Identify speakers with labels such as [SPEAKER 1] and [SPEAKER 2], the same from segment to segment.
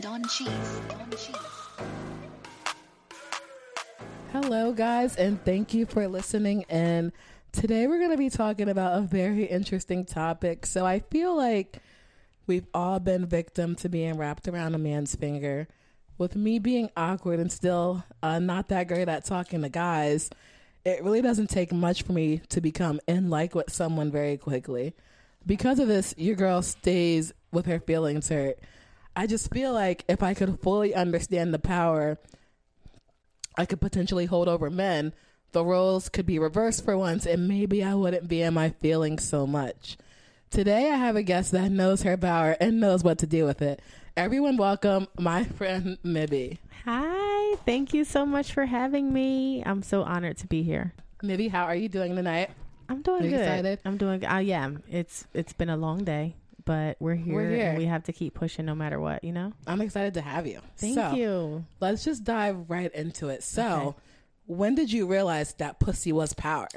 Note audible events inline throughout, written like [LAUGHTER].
[SPEAKER 1] Don Cheese. Don Cheese.
[SPEAKER 2] Hello, guys, and thank you for listening. And today we're going to be talking about a very interesting topic. So I feel like we've all been victim to being wrapped around a man's finger. With me being awkward and still uh, not that great at talking to guys, it really doesn't take much for me to become in like with someone very quickly. Because of this, your girl stays with her feelings hurt. I just feel like if I could fully understand the power I could potentially hold over men, the roles could be reversed for once, and maybe I wouldn't be in my feelings so much. Today, I have a guest that knows her power and knows what to do with it. Everyone, welcome my [LAUGHS] friend Mibby.
[SPEAKER 3] Hi, thank you so much for having me. I'm so honored to be here.
[SPEAKER 2] Mibby, how are you doing tonight?
[SPEAKER 3] I'm doing
[SPEAKER 2] Are you
[SPEAKER 3] good.
[SPEAKER 2] excited?
[SPEAKER 3] I'm doing good. Uh, yeah, it's it's been a long day, but we're here,
[SPEAKER 2] We're here.
[SPEAKER 3] and we have to keep pushing no matter what, you know?
[SPEAKER 2] I'm excited to have you.
[SPEAKER 3] Thank
[SPEAKER 2] So,
[SPEAKER 3] you.
[SPEAKER 2] Let's just dive right into it. So,
[SPEAKER 3] Okay.
[SPEAKER 2] when did you realize that pussy was power?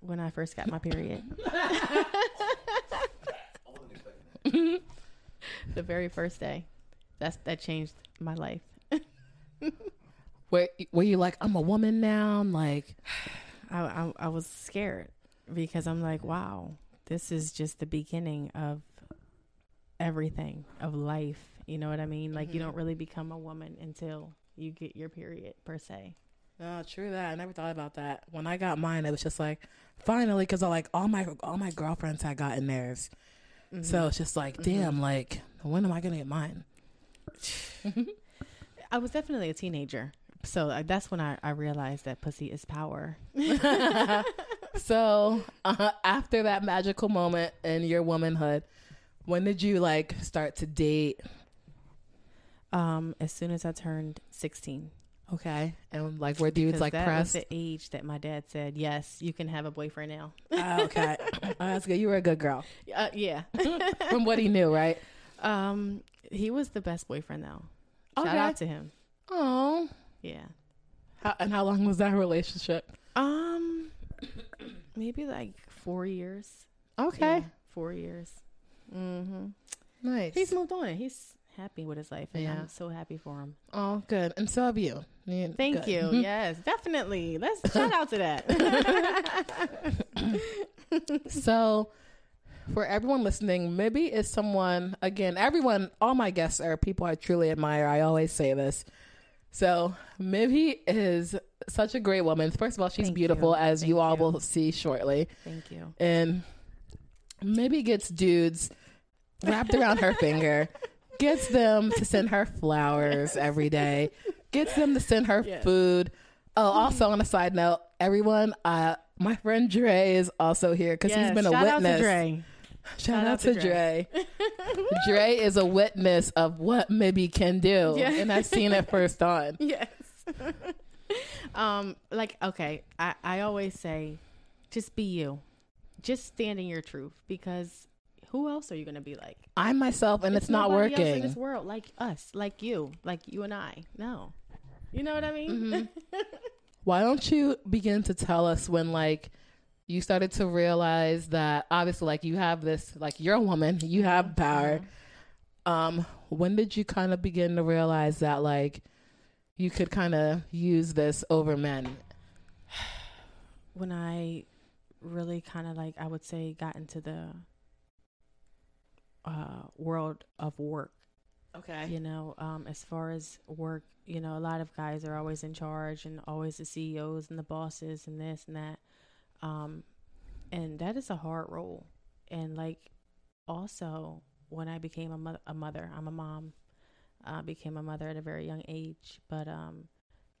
[SPEAKER 3] When I first got my period. [LAUGHS] the very first day. That's that changed my life.
[SPEAKER 2] Were, were you like, I'm a woman now? I'm like,
[SPEAKER 3] I, I I was scared because I'm like, wow, this is just the beginning of everything of life. You know what I mean? Like
[SPEAKER 2] Mm-hmm.
[SPEAKER 3] you don't really become a woman until you get your period per se.
[SPEAKER 2] No, true that. I never thought about that. When I got mine, it was just like finally because I like all my all my girlfriends had gotten theirs,
[SPEAKER 3] Mm-hmm.
[SPEAKER 2] so it's just like damn, like when am I gonna get
[SPEAKER 3] [LAUGHS]
[SPEAKER 2] mine? [LAUGHS]
[SPEAKER 3] I was definitely a teenager, so uh, that's when I, I realized that pussy is power.
[SPEAKER 2] So uh, after that magical moment in your womanhood, when did you like start to date?
[SPEAKER 3] Um, as soon as I turned sixteen,
[SPEAKER 2] Okay, and like where dudes like
[SPEAKER 3] that
[SPEAKER 2] press?
[SPEAKER 3] was the age that my dad said, "Yes, you can have a boyfriend now."
[SPEAKER 2] Oh,
[SPEAKER 3] [LAUGHS]
[SPEAKER 2] okay, [LAUGHS] oh, that's good. You were a good girl
[SPEAKER 3] Uh, yeah. [LAUGHS]
[SPEAKER 2] from what he knew, right?
[SPEAKER 3] um, he was the best boyfriend though. Shout
[SPEAKER 2] Okay.
[SPEAKER 3] out to him.
[SPEAKER 2] Oh,
[SPEAKER 3] Yeah.
[SPEAKER 2] how, and how long was that relationship?
[SPEAKER 3] Um, maybe like four years.
[SPEAKER 2] Okay,
[SPEAKER 3] Yeah, four years. Mm-hmm.
[SPEAKER 2] nice.
[SPEAKER 3] He's moved on. He's happy with his life, and
[SPEAKER 2] Yeah.
[SPEAKER 3] I'm so happy for him.
[SPEAKER 2] oh, good, and so have you. Yeah,
[SPEAKER 3] Thank
[SPEAKER 2] good. Mm-hmm.
[SPEAKER 3] you. Yes, definitely.
[SPEAKER 2] [LAUGHS]
[SPEAKER 3] Let's shout out to that.
[SPEAKER 2] So, for everyone listening, Mibby is someone, again, everyone, all my guests are people I truly admire. I always say this. So, Mibby is such a great woman. First of all, she's
[SPEAKER 3] Thank
[SPEAKER 2] beautiful,
[SPEAKER 3] you.
[SPEAKER 2] as you
[SPEAKER 3] Thank
[SPEAKER 2] all
[SPEAKER 3] you.
[SPEAKER 2] will see shortly.
[SPEAKER 3] [COUGHS] Thank you.
[SPEAKER 2] And Mibby gets dudes wrapped around her finger, gets them to send her flowers every day, gets them to send her
[SPEAKER 3] Yes.
[SPEAKER 2] food. Oh, also on a side note, everyone, uh, my friend Dre is also here because
[SPEAKER 3] Yes,
[SPEAKER 2] he's been a
[SPEAKER 3] shout
[SPEAKER 2] witness.
[SPEAKER 3] Out
[SPEAKER 2] [LAUGHS]
[SPEAKER 3] to Dre.
[SPEAKER 2] Shout, out, to Dre.
[SPEAKER 3] [LAUGHS]
[SPEAKER 2] Dre. is a witness of what Mibby can do,
[SPEAKER 3] Yeah.
[SPEAKER 2] and I've seen it first on.
[SPEAKER 3] Yes. [LAUGHS] um, like okay, I I always say, just be you, just stand in your truth because who else are you gonna be like?
[SPEAKER 2] I myself, and it's, not
[SPEAKER 3] nobody else in
[SPEAKER 2] working.
[SPEAKER 3] this world like us, like you, like you and I. No, you know what I mean.
[SPEAKER 2] Mm-hmm.
[SPEAKER 3] [LAUGHS]
[SPEAKER 2] Why don't you begin to tell us when, like, you started to realize that obviously, like, you have this, like, you're a woman, you have power. Um, when did you kind of begin to realize that, like, you could kind of use this over men?
[SPEAKER 3] when I really kind of like, I would say, got into the uh, world of work.
[SPEAKER 2] Okay.
[SPEAKER 3] You know, um, as far as work, you know, a lot of guys are always in charge and always the CEOs and the bosses and this and that. Um, and that is a hard role. And like, also, when I became a, mo- a mother, I'm a mom, uh, became a mother at a very young age. But um,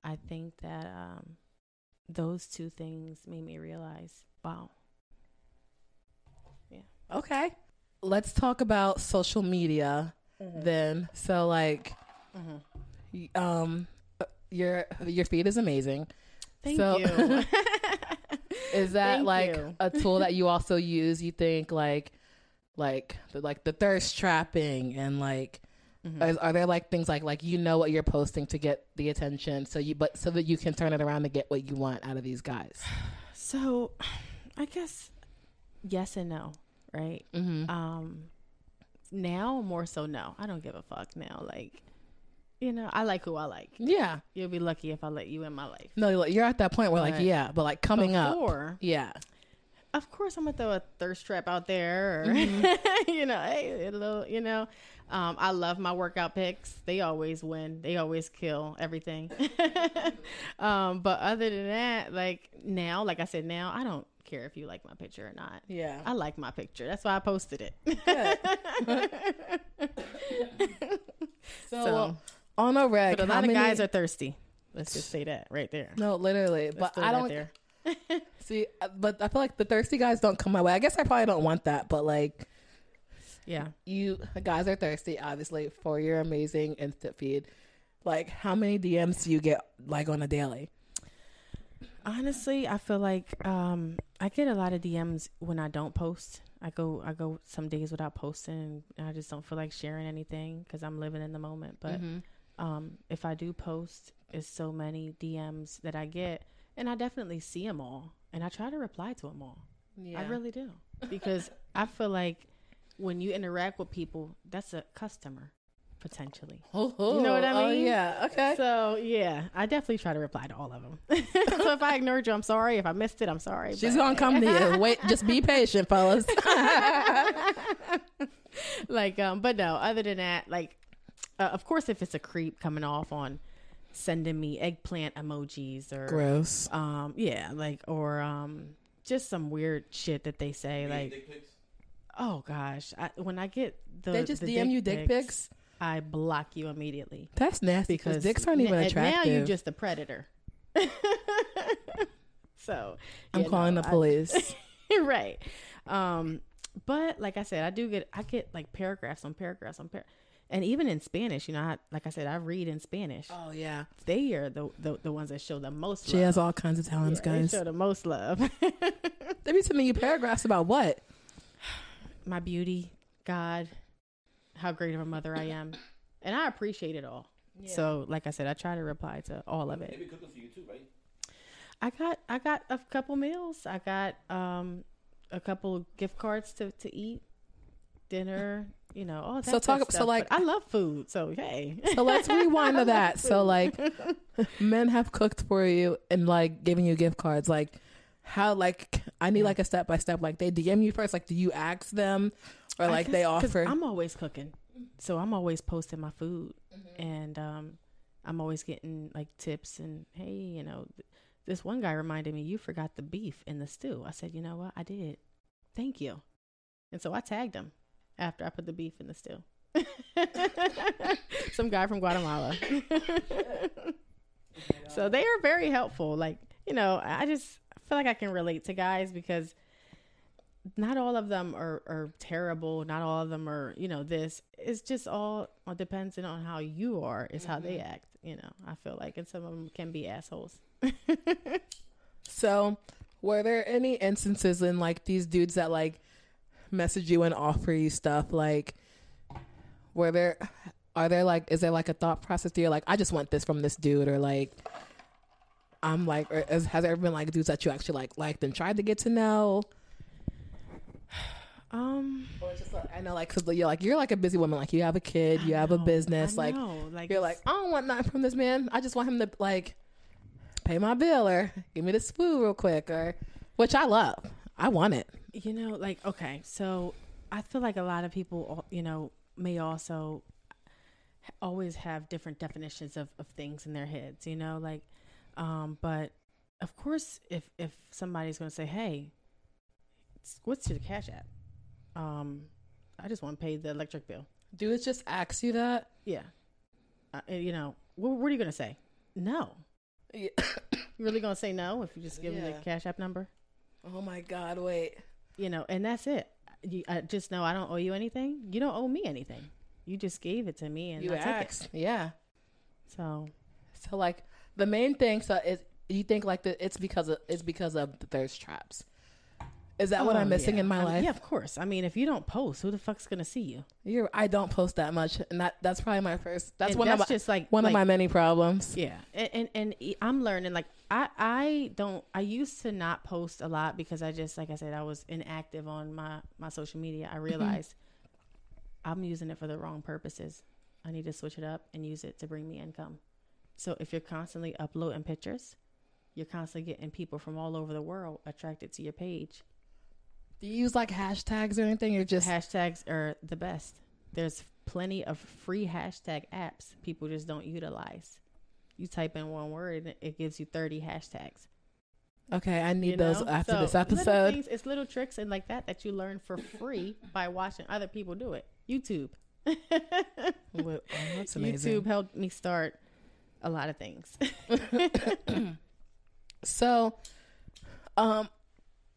[SPEAKER 3] I think that um, those two things made me realize, wow,
[SPEAKER 2] Okay. Let's talk about social media then. So like y- um uh, your your feed is amazing.
[SPEAKER 3] thank
[SPEAKER 2] So-
[SPEAKER 3] you.
[SPEAKER 2] [LAUGHS]
[SPEAKER 3] [LAUGHS]
[SPEAKER 2] Is that
[SPEAKER 3] Thank
[SPEAKER 2] like
[SPEAKER 3] you.
[SPEAKER 2] a tool
[SPEAKER 3] [LAUGHS]
[SPEAKER 2] that you also use? You think like like the, like the thirst trapping and like
[SPEAKER 3] Mm-hmm.
[SPEAKER 2] is- are there like things like like you know what you're posting to get the attention so you but so that you can turn it around to get what you want out of these guys?
[SPEAKER 3] So, [SIGHS] I guess yes and no, right?
[SPEAKER 2] Mhm.
[SPEAKER 3] Um, now more so no i don't give a fuck now like you know i like who i like
[SPEAKER 2] Yeah.
[SPEAKER 3] you'll be lucky if i let you in my life
[SPEAKER 2] No, you're- you're at that point where, like,
[SPEAKER 3] But
[SPEAKER 2] yeah, but like coming up.
[SPEAKER 3] Before,
[SPEAKER 2] Yeah.
[SPEAKER 3] of course i'm gonna throw a thirst trap out there or,
[SPEAKER 2] Mm-hmm.
[SPEAKER 3] [LAUGHS] you know hey a little you know um, i love my workout picks they always win they always kill everything [LAUGHS] um, but other than that like now like i said now i don't care if you like my picture or not
[SPEAKER 2] Yeah. [LAUGHS]
[SPEAKER 3] i like my picture that's why i posted it
[SPEAKER 2] So,
[SPEAKER 3] [LAUGHS] So-
[SPEAKER 2] on a reg,
[SPEAKER 3] but a
[SPEAKER 2] how
[SPEAKER 3] lot of
[SPEAKER 2] many-
[SPEAKER 3] guys are thirsty let's just say that right there
[SPEAKER 2] no, literally.
[SPEAKER 3] Let's
[SPEAKER 2] But
[SPEAKER 3] throw
[SPEAKER 2] I
[SPEAKER 3] that
[SPEAKER 2] don't
[SPEAKER 3] there.
[SPEAKER 2] see. uh, But I feel like the thirsty guys don't come my way. I guess I probably don't want that. But like,
[SPEAKER 3] yeah
[SPEAKER 2] you guys are thirsty, obviously, for your amazing instant feed. Like, how many DMs do you get like on a daily?
[SPEAKER 3] honestly i feel like um i get a lot of dms when i don't post i go i go some days without posting and i just don't feel like sharing anything because i'm living in the moment but um if i do post it's so many dms that i get and i definitely see them all and i try to reply to them all
[SPEAKER 2] Yeah.
[SPEAKER 3] i really do
[SPEAKER 2] [LAUGHS]
[SPEAKER 3] because i feel like when you interact with people that's a customer potentially
[SPEAKER 2] Oh,
[SPEAKER 3] You know what I
[SPEAKER 2] Oh,
[SPEAKER 3] mean?
[SPEAKER 2] yeah. Okay.
[SPEAKER 3] so yeah, I definitely try to reply to all of them. [LAUGHS] so if I ignored you, I'm sorry. If I missed it, I'm sorry.
[SPEAKER 2] She's gonna
[SPEAKER 3] but,
[SPEAKER 2] come to
[SPEAKER 3] [LAUGHS]
[SPEAKER 2] you. Wait, just be patient, fellas.
[SPEAKER 3] like, um, but no. Other than that, like, uh, of course, if it's a creep coming off on sending me eggplant emojis or
[SPEAKER 2] Gross.
[SPEAKER 3] um, yeah, like or um, just some weird shit that they say. Like, oh gosh, I, when I get the
[SPEAKER 2] They just
[SPEAKER 3] the
[SPEAKER 2] DM you dick pics?
[SPEAKER 3] I block you immediately
[SPEAKER 2] That's nasty because
[SPEAKER 3] because
[SPEAKER 2] dicks aren't even
[SPEAKER 3] n-
[SPEAKER 2] attractive.
[SPEAKER 3] Now you're just a predator. [LAUGHS] so
[SPEAKER 2] I'm
[SPEAKER 3] you
[SPEAKER 2] calling
[SPEAKER 3] know,
[SPEAKER 2] the
[SPEAKER 3] I-
[SPEAKER 2] police.
[SPEAKER 3] [LAUGHS] right. Um, but like I said, I do get I get like paragraphs on paragraphs on par, and even in Spanish, you know, I, like I said, I read in Spanish.
[SPEAKER 2] oh yeah.
[SPEAKER 3] They are the, the the ones that show the most.
[SPEAKER 2] She
[SPEAKER 3] love.
[SPEAKER 2] has all kinds of talents,
[SPEAKER 3] Yeah,
[SPEAKER 2] guys.
[SPEAKER 3] They show the most love. [LAUGHS]
[SPEAKER 2] They be sending you paragraphs about what?
[SPEAKER 3] My beauty, God, how great of a mother I am, and I appreciate it all. So, like I said, I try to reply to all of it.
[SPEAKER 4] Maybe cooking for you too, right?
[SPEAKER 3] I got I got a couple meals. I got um a couple gift cards to to eat, dinner, you know, all that.
[SPEAKER 2] So talk-
[SPEAKER 3] good
[SPEAKER 2] so,
[SPEAKER 3] stuff.
[SPEAKER 2] like-
[SPEAKER 3] But I love food, so hey.
[SPEAKER 2] So
[SPEAKER 3] [LAUGHS]
[SPEAKER 2] let's rewind to that. So like, [LAUGHS] men have cooked for you and like giving you gift cards. Like, how? Like, I need like a step by step. Like, they DM you first. Like, do you ask them, or
[SPEAKER 3] I
[SPEAKER 2] like they
[SPEAKER 3] guess- 'cause
[SPEAKER 2] offer?
[SPEAKER 3] I'm always cooking, so I'm always posting my food, and um, I'm always getting like tips and hey, you know, th- this one guy reminded me you forgot the beef in the stew. I said, you know what, I did. Thank you, and so I tagged him after I put the beef in the stew. [LAUGHS] Some guy from Guatemala. [LAUGHS] so they are very helpful. Like you know, I I just feel like I can relate to guys because not all of them are, are terrible. Not all of them are, you know, this. It's just all all depends on how you are, is how they
[SPEAKER 2] Mm-hmm.
[SPEAKER 3] act, you know, I feel like. And some of them can be assholes. [LAUGHS]
[SPEAKER 2] So, were there any instances in like these dudes that like message you and offer you stuff? Like, were there, are there like, is there like a thought process to you? Like, I just want this from this dude, or like, I'm like, or is, has there ever been like dudes that you actually like liked and tried to get to know?
[SPEAKER 3] Um,
[SPEAKER 2] Or it's just like, I know, like, cause you're like, you're like a busy woman. Like, you have a kid, you have a business. Like,
[SPEAKER 3] like
[SPEAKER 2] you're like, I don't want nothing from this man. I just want him to like pay my bill or give me this food real quick or which I love. I want it.
[SPEAKER 3] you know, like okay, so I feel like a lot of people, al- you know, may also h- always have different definitions of, of things in their heads, you know, like, um, but of course, if if somebody's going to say, hey, s- what's your cash app? Um, I just want to pay the electric bill.
[SPEAKER 2] Dudes just ask you that.
[SPEAKER 3] Yeah, uh, and, you know, what, what are you going to say? No,
[SPEAKER 2] Yeah.
[SPEAKER 3] you really going to say no if you just give them
[SPEAKER 2] Yeah.
[SPEAKER 3] the cash app number?
[SPEAKER 2] Oh my God, wait.
[SPEAKER 3] you know, and that's it. You, I just know I don't owe you anything. You don't owe me anything. You just gave it to me, and
[SPEAKER 2] you
[SPEAKER 3] I took
[SPEAKER 2] asked. Yeah.
[SPEAKER 3] it. So
[SPEAKER 2] So like the main thing so is you think like the it's because of it's because of the thirst traps. Is that what
[SPEAKER 3] Oh,
[SPEAKER 2] I'm missing
[SPEAKER 3] yeah.
[SPEAKER 2] in my
[SPEAKER 3] I mean,
[SPEAKER 2] life?
[SPEAKER 3] yeah, of course. I mean, if you don't post, who the fuck's gonna see you?
[SPEAKER 2] You're I don't post that much and that that's probably my first that's
[SPEAKER 3] And
[SPEAKER 2] one
[SPEAKER 3] that's
[SPEAKER 2] of my,
[SPEAKER 3] just like
[SPEAKER 2] one of my
[SPEAKER 3] like-
[SPEAKER 2] many problems.
[SPEAKER 3] Yeah, and, and and e- I'm learning. Like I I don't I used to not post a lot because I just like I said I was inactive on my my social media. I realized I'm using it for the wrong purposes. I need to switch it up and use it to bring me income. So if you're constantly uploading pictures, you're constantly getting people from all over the world attracted to your page.
[SPEAKER 2] Do you use like hashtags or anything? Or just
[SPEAKER 3] Hashtags are the best. There's plenty of free hashtag apps people just don't utilize. You type in one word and it gives you 30 hashtags.
[SPEAKER 2] okay? I need
[SPEAKER 3] you
[SPEAKER 2] those
[SPEAKER 3] know?
[SPEAKER 2] after
[SPEAKER 3] So,
[SPEAKER 2] this
[SPEAKER 3] little
[SPEAKER 2] episode.
[SPEAKER 3] things- it's little tricks and like that that you learn for free by watching other people do it.
[SPEAKER 2] [LAUGHS]
[SPEAKER 3] YouTube.
[SPEAKER 2] Well, oh, [LAUGHS] that's amazing.
[SPEAKER 3] YouTube helped me start a lot
[SPEAKER 2] [LAUGHS]
[SPEAKER 3] of things. [LAUGHS]
[SPEAKER 2] So, um,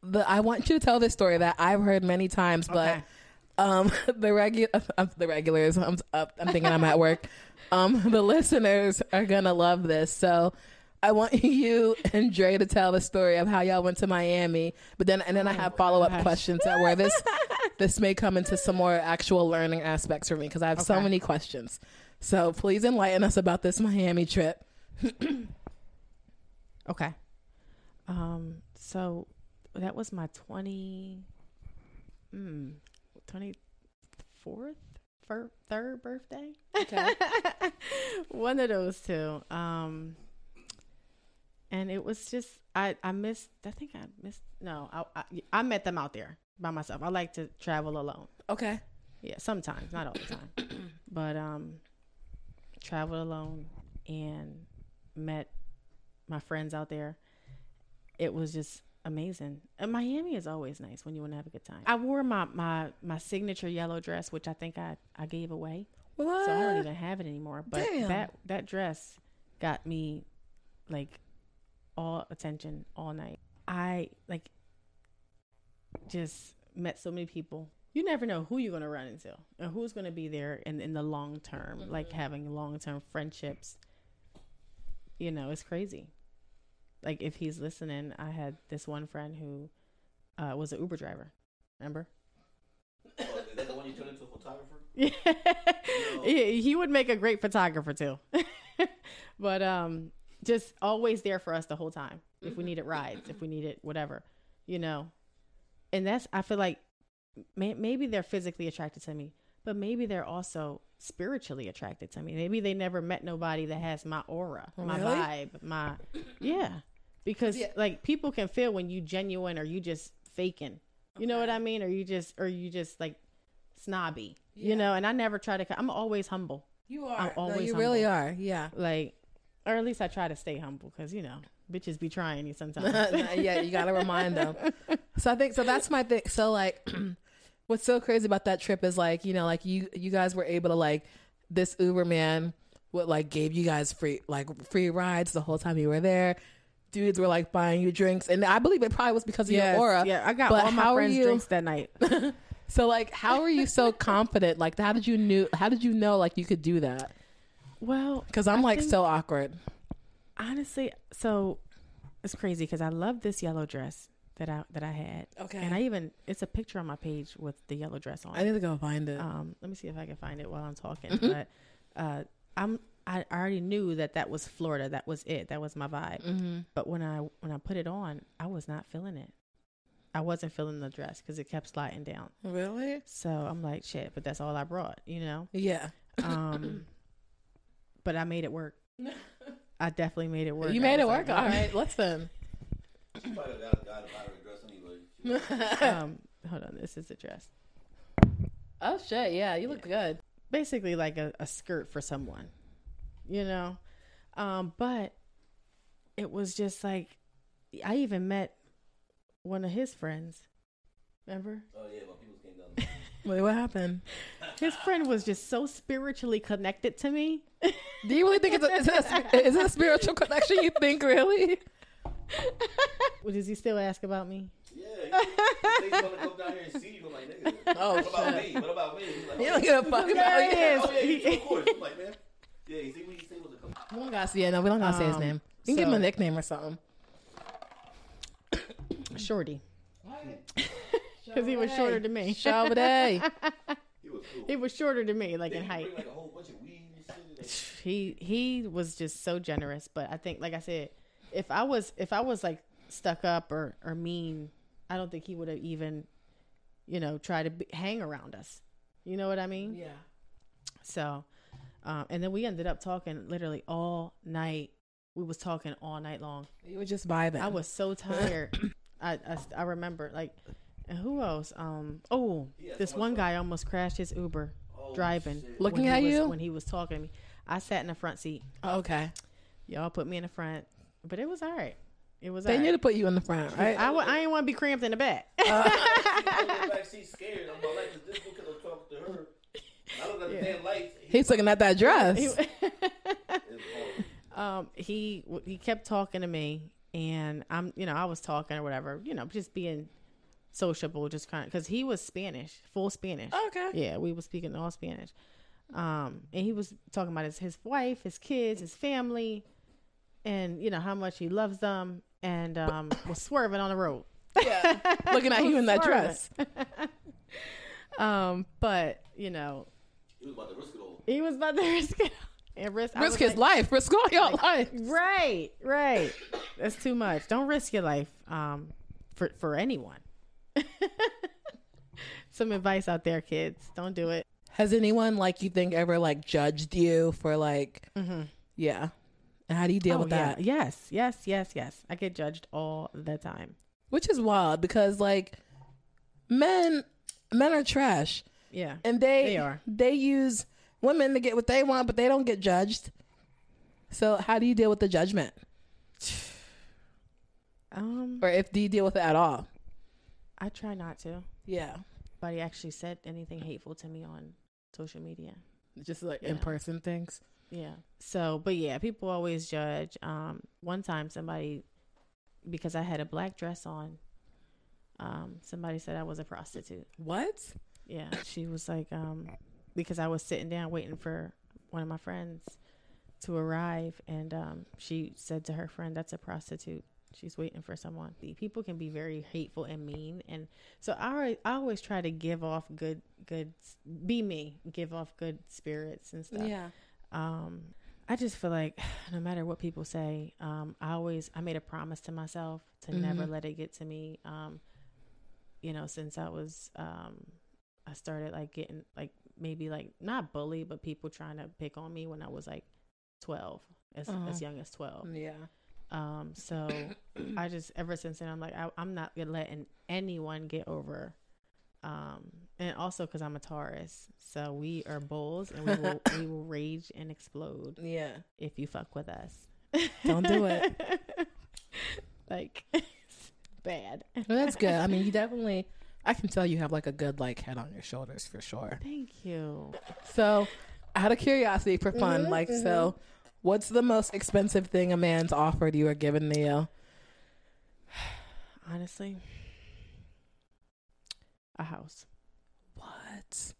[SPEAKER 2] the I want you to tell this story that I've heard many times, but
[SPEAKER 3] Okay.
[SPEAKER 2] um, [LAUGHS] the regular the regulars, I'm up. I'm thinking I'm at work. Um, the listeners are gonna love this. So. I want you and Dre to tell the story of how y'all went to Miami, but then and then I have follow up
[SPEAKER 3] Oh, gosh.
[SPEAKER 2] questions that where this this may come into some more actual learning aspects for me because I have so
[SPEAKER 3] Okay.
[SPEAKER 2] many questions. So please enlighten us about this Miami trip.
[SPEAKER 3] Okay. Um, so that was my 20, mm, 24th, fir- third birthday. [LAUGHS]
[SPEAKER 2] Okay.
[SPEAKER 3] One of those two. Um, and it was just, I, I missed, I think I missed, no, I, I, I met them out there by myself. I like to travel alone.
[SPEAKER 2] Okay.
[SPEAKER 3] Yeah, sometimes, not all the time. but um traveled alone and met my friends out there. It was just amazing. And Miami is always nice when you want to have a good time. I wore my my my signature yellow dress, which I think I I gave away.
[SPEAKER 2] What?
[SPEAKER 3] So I don't even have it anymore. But
[SPEAKER 2] Uh, Damn.
[SPEAKER 3] that that dress got me like all attention all night. I like just met so many people. You never know who you're gonna run into or who's gonna be there in, in the long term, like having long term friendships. You know, it's crazy. Like if he's listening, I had this one friend who uh, was an Uber driver. Remember? [LAUGHS]
[SPEAKER 4] Is that the one you turned into a photographer?
[SPEAKER 3] Yeah. he, he would make a great photographer too. but um just always there for us the whole time. If we needed rides, if we needed whatever, you know. And that's I feel like may, maybe they're physically attracted to me, but maybe they're also spiritually attracted to me. Maybe they never met nobody that has my aura, my
[SPEAKER 2] Really?
[SPEAKER 3] vibe, my yeah. Because
[SPEAKER 2] Yeah.
[SPEAKER 3] like people can feel when you genuine or you just faking. You know what I mean? Or you just or you just like snobby,
[SPEAKER 2] Yeah.
[SPEAKER 3] you know. And I never try to. I'm always humble,
[SPEAKER 2] You are.
[SPEAKER 3] I'm
[SPEAKER 2] no,
[SPEAKER 3] always
[SPEAKER 2] you really
[SPEAKER 3] humble.
[SPEAKER 2] are. [LAUGHS] Yeah.
[SPEAKER 3] like, or at least I try to stay humble because you know bitches be trying you sometimes. [LAUGHS]
[SPEAKER 2] Uh, yeah, you gotta remind [LAUGHS] them. So I think so. That's my thing. So like, [CLEARS THROAT] what's so crazy about that trip is like you know like you you guys were able to like this Uber man what like gave you guys free like free rides the whole time you were there. Dudes were like buying you drinks, and I believe it probably was because of
[SPEAKER 3] Yes,
[SPEAKER 2] your aura.
[SPEAKER 3] yeah. I got
[SPEAKER 2] But
[SPEAKER 3] all my
[SPEAKER 2] how are
[SPEAKER 3] friends
[SPEAKER 2] you-
[SPEAKER 3] drinks that night. [LAUGHS]
[SPEAKER 2] So like, how are you [LAUGHS] so confident? Like, how did you knew? How did you know like you could do that?
[SPEAKER 3] well,
[SPEAKER 2] Because I'm
[SPEAKER 3] I
[SPEAKER 2] like
[SPEAKER 3] think-
[SPEAKER 2] so awkward.
[SPEAKER 3] honestly, so it's crazy because I love this yellow dress that I that I had,
[SPEAKER 2] Okay,
[SPEAKER 3] and I even it's a picture on my page with the yellow dress on.
[SPEAKER 2] I need to go find it.
[SPEAKER 3] um let me see if i can find it while i'm talking
[SPEAKER 2] Mm-hmm.
[SPEAKER 3] but uh i'm I I already knew that that was Florida. That was it. That was my vibe.
[SPEAKER 2] mm-hmm.
[SPEAKER 3] But when I when I put it on, I was not feeling it. I wasn't feeling the dress because it kept sliding down.
[SPEAKER 2] Really?
[SPEAKER 3] So I'm like, shit. But that's all I brought, you know.
[SPEAKER 2] Yeah.
[SPEAKER 4] [COUGHS]
[SPEAKER 3] Um, but I made it
[SPEAKER 4] [LAUGHS]
[SPEAKER 3] work. I definitely made it work.
[SPEAKER 2] You
[SPEAKER 3] I
[SPEAKER 2] made it
[SPEAKER 3] was like,
[SPEAKER 2] work. All right, listen.
[SPEAKER 4] She probably got a guy lottery dress anyway. She
[SPEAKER 3] Um, hold on. This is the dress.
[SPEAKER 2] [LAUGHS] Oh shit! Yeah, you look good.
[SPEAKER 3] basically like a, a skirt for someone, you know? Um, but it was just like, I even met one of his friends. Remember?
[SPEAKER 4] oh yeah, my people came down.
[SPEAKER 2] Wait, what happened?
[SPEAKER 3] His friend was just so spiritually connected to me.
[SPEAKER 2] Do you really think it's a, is, it a, is it a spiritual connection? You think really?
[SPEAKER 3] Well, Does he still ask about me?
[SPEAKER 4] Yeah, he- he's gonna come down here and see you. I'm like, nigga,
[SPEAKER 2] Oh,
[SPEAKER 4] what about
[SPEAKER 2] shit.
[SPEAKER 4] me? What about me? He's
[SPEAKER 2] [LAUGHS]
[SPEAKER 4] like,
[SPEAKER 2] You
[SPEAKER 4] [LAUGHS] oh,
[SPEAKER 2] don't give a fuck
[SPEAKER 4] yeah,
[SPEAKER 2] about
[SPEAKER 3] it
[SPEAKER 2] you.
[SPEAKER 4] yeah,
[SPEAKER 3] is.
[SPEAKER 4] oh, yeah, you- of course. I'm like, man, yeah, you see what you say was a come.
[SPEAKER 2] We don't gotta see it. No, we don't gotta say his
[SPEAKER 3] Um,
[SPEAKER 2] name. You can give him a
[SPEAKER 3] so-
[SPEAKER 2] nickname or something.
[SPEAKER 3] [LAUGHS] Shorty. Because he was shorter than me.
[SPEAKER 2] Chauvet.
[SPEAKER 4] He was cool.
[SPEAKER 3] He was shorter than me, like in
[SPEAKER 4] Then he
[SPEAKER 3] height.
[SPEAKER 4] bring, like a whole bunch of weed and shit. Like,
[SPEAKER 3] [LAUGHS] he he was just so generous but i think like i said if i was if i was like stuck up or or mean i don't think he would have even you know tried to be, hang around us You know what I mean?
[SPEAKER 2] [LAUGHS] Yeah.
[SPEAKER 3] So, um, and then we ended up talking literally all night. We was talking all night long.
[SPEAKER 2] You were just vibing.
[SPEAKER 3] I was so tired. I, I I remember like, and who else? Um, oh,
[SPEAKER 4] Yeah,
[SPEAKER 3] this
[SPEAKER 4] someone
[SPEAKER 3] one guy almost crashed his Uber
[SPEAKER 4] Oh,
[SPEAKER 3] driving.
[SPEAKER 4] shit.
[SPEAKER 2] Looking
[SPEAKER 3] when
[SPEAKER 2] at
[SPEAKER 3] he was-
[SPEAKER 2] you?
[SPEAKER 3] when he was talking to me. I sat in the front seat.
[SPEAKER 2] okay.
[SPEAKER 3] Y'all put me in the front, but it was all right. It was all
[SPEAKER 2] They knew
[SPEAKER 3] right.
[SPEAKER 2] to put you in the front, right?
[SPEAKER 3] I, w- I didn't want to be cramped in the back. [LAUGHS]
[SPEAKER 4] I'm in the back seat scared. I'm about like, 'cause this dude could have talked to her. I look at the damn lights. He,
[SPEAKER 2] He's looking at that dress.
[SPEAKER 4] is horrible.
[SPEAKER 3] um, he w- he kept talking to me, and I'm you know I was talking or whatever, you know, just being sociable, just kind of because he was Spanish, full Spanish.
[SPEAKER 2] [LAUGHS] okay.
[SPEAKER 3] Yeah, we were speaking all Spanish. Um, and he was talking about his, his wife, his kids, his family, and you know how much he loves them, and um, was swerving on the road.
[SPEAKER 2] Looking at you in that
[SPEAKER 3] Swerving.
[SPEAKER 2] dress.
[SPEAKER 3] Um, but you know
[SPEAKER 4] He was about to risk it all.
[SPEAKER 3] he was about to [LAUGHS] risk it. And risk, I
[SPEAKER 2] Risk
[SPEAKER 3] was
[SPEAKER 2] his life. Risk all your life.
[SPEAKER 3] Right, right. That's too much. Don't risk your life um, for for anyone. [LAUGHS] Some advice out there, kids. Don't do it.
[SPEAKER 2] Has anyone like you think ever like judged you for like? Yeah. And how do you deal with that?
[SPEAKER 3] Oh, Yeah. Yes, yes, yes, yes. I get judged all the time.
[SPEAKER 2] Which is wild because like men, men are trash,
[SPEAKER 3] Yeah.
[SPEAKER 2] and they
[SPEAKER 3] They are.
[SPEAKER 2] they use women to get what they want, but they don't get judged. So how do you deal with the judgment,
[SPEAKER 3] Um,
[SPEAKER 2] or if do you deal with it at all?
[SPEAKER 3] I try not to.
[SPEAKER 2] Yeah,
[SPEAKER 3] Nobody actually said anything hateful to me on social media.
[SPEAKER 2] just like
[SPEAKER 3] Yeah.
[SPEAKER 2] in person things.
[SPEAKER 3] Yeah. So, but yeah, people always judge. Um, one time somebody, because I had a black dress on, um, somebody said I was a prostitute.
[SPEAKER 2] What?
[SPEAKER 3] Yeah, she was like, um, because I was sitting down waiting for one of my friends to arrive, and um, she said to her friend, "That's a prostitute. She's waiting for someone." The people can be very hateful and mean, and so I always, I always try to give off good, good, be me, give off good spirits and stuff
[SPEAKER 2] Yeah.
[SPEAKER 3] um i just feel like [SIGHS] no matter what people say um i always i made a promise to myself to never
[SPEAKER 2] Mhm.
[SPEAKER 3] let it get to me um you know since i was um i started like getting like maybe like not bully but people trying to pick on me when i was like 12 as,
[SPEAKER 2] Oh.
[SPEAKER 3] as young as 12
[SPEAKER 2] Yeah.
[SPEAKER 3] um so i just ever since then i'm like I, i'm not letting anyone get over um and also because i'm a taurus so we are bulls and we will we will rage and explode
[SPEAKER 2] Yeah.
[SPEAKER 3] if you fuck with us
[SPEAKER 2] Don't do it.
[SPEAKER 3] [LAUGHS] like [LAUGHS] it's bad
[SPEAKER 2] Well, that's good. I mean, you definitely. I can tell you have like a good like head on your shoulders for sure.
[SPEAKER 3] thank you
[SPEAKER 2] So, out of curiosity for fun, like, so what's the most expensive thing a man's offered you or given to you?
[SPEAKER 3] honestly a house
[SPEAKER 2] What?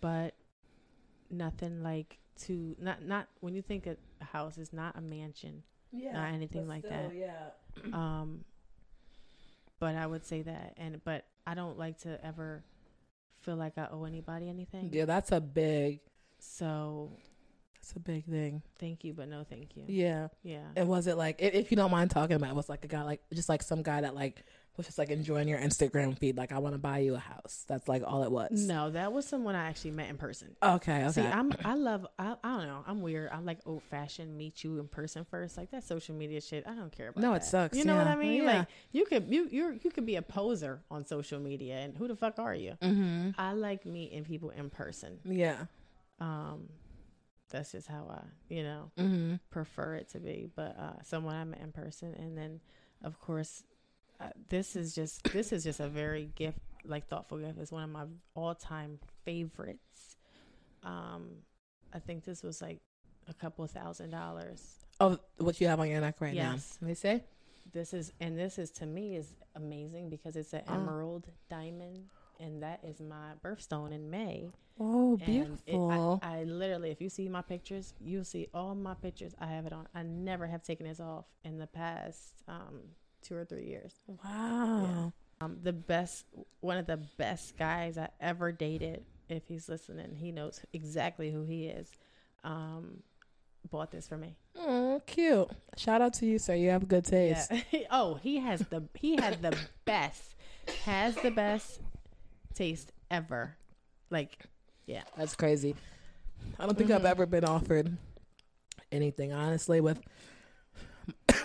[SPEAKER 3] but nothing like to not not when you think of a house it's not a mansion [CLEARS THROAT]
[SPEAKER 2] Yeah.
[SPEAKER 3] Not anything but like still, that.
[SPEAKER 2] Yeah.
[SPEAKER 3] um but i would say that and but i don't like to ever feel like i owe anybody anything
[SPEAKER 2] Yeah, that's a big,
[SPEAKER 3] so
[SPEAKER 2] that's a big thing.
[SPEAKER 3] thank you but no thank you
[SPEAKER 2] Yeah.
[SPEAKER 3] yeah
[SPEAKER 2] And was it like, if, if you don't mind talking about, it, was like a guy like, just like some guy that like was just like enjoying your Instagram feed, like, I want to buy you a house. That's like all it was.
[SPEAKER 3] no that was someone i actually met in person
[SPEAKER 2] Okay. Okay.
[SPEAKER 3] See, I'm I love I, I don't know I'm weird I'm like old fashioned meet you in person first like that social media shit I don't care about
[SPEAKER 2] No, it
[SPEAKER 3] that.
[SPEAKER 2] sucks,
[SPEAKER 3] you know what
[SPEAKER 2] yeah.
[SPEAKER 3] I mean
[SPEAKER 2] Yeah.
[SPEAKER 3] like you could you you you could be a poser on social media and who the fuck are you
[SPEAKER 2] mm-hmm.
[SPEAKER 3] I like meeting people in person
[SPEAKER 2] Yeah.
[SPEAKER 3] um that's just how I you know
[SPEAKER 2] Mm-hmm.
[SPEAKER 3] prefer it to be, but uh, someone I met in person, and then of course, uh, this is just this is just a very gift like thoughtful gift. It's one of my all time favorites. Um, I think this was like a couple thousand dollars.
[SPEAKER 2] Of Oh, what you have on your neck right
[SPEAKER 3] Yes.
[SPEAKER 2] now. Let me say.
[SPEAKER 3] This is and this is to me is amazing because it's an
[SPEAKER 2] Oh.
[SPEAKER 3] emerald diamond, and that is my birthstone in May.
[SPEAKER 2] Oh,
[SPEAKER 3] And it-
[SPEAKER 2] beautiful.
[SPEAKER 3] I, I literally, if you see my pictures, you'll see all my pictures. I have it on. I never have taken this off in the past um, two or three years.
[SPEAKER 2] wow.
[SPEAKER 3] Um, the best, one of the best guys I ever dated. If he's listening, he knows exactly who he is. Um, bought this for me.
[SPEAKER 2] Oh, cute. Shout out to you, sir. You have good taste.
[SPEAKER 3] Yeah. [LAUGHS] oh, he has the he had [COUGHS] the best has the best taste ever. Like Yeah. Mm-hmm.
[SPEAKER 2] That's crazy. I don't think I've ever been offered anything, honestly, with [COUGHS]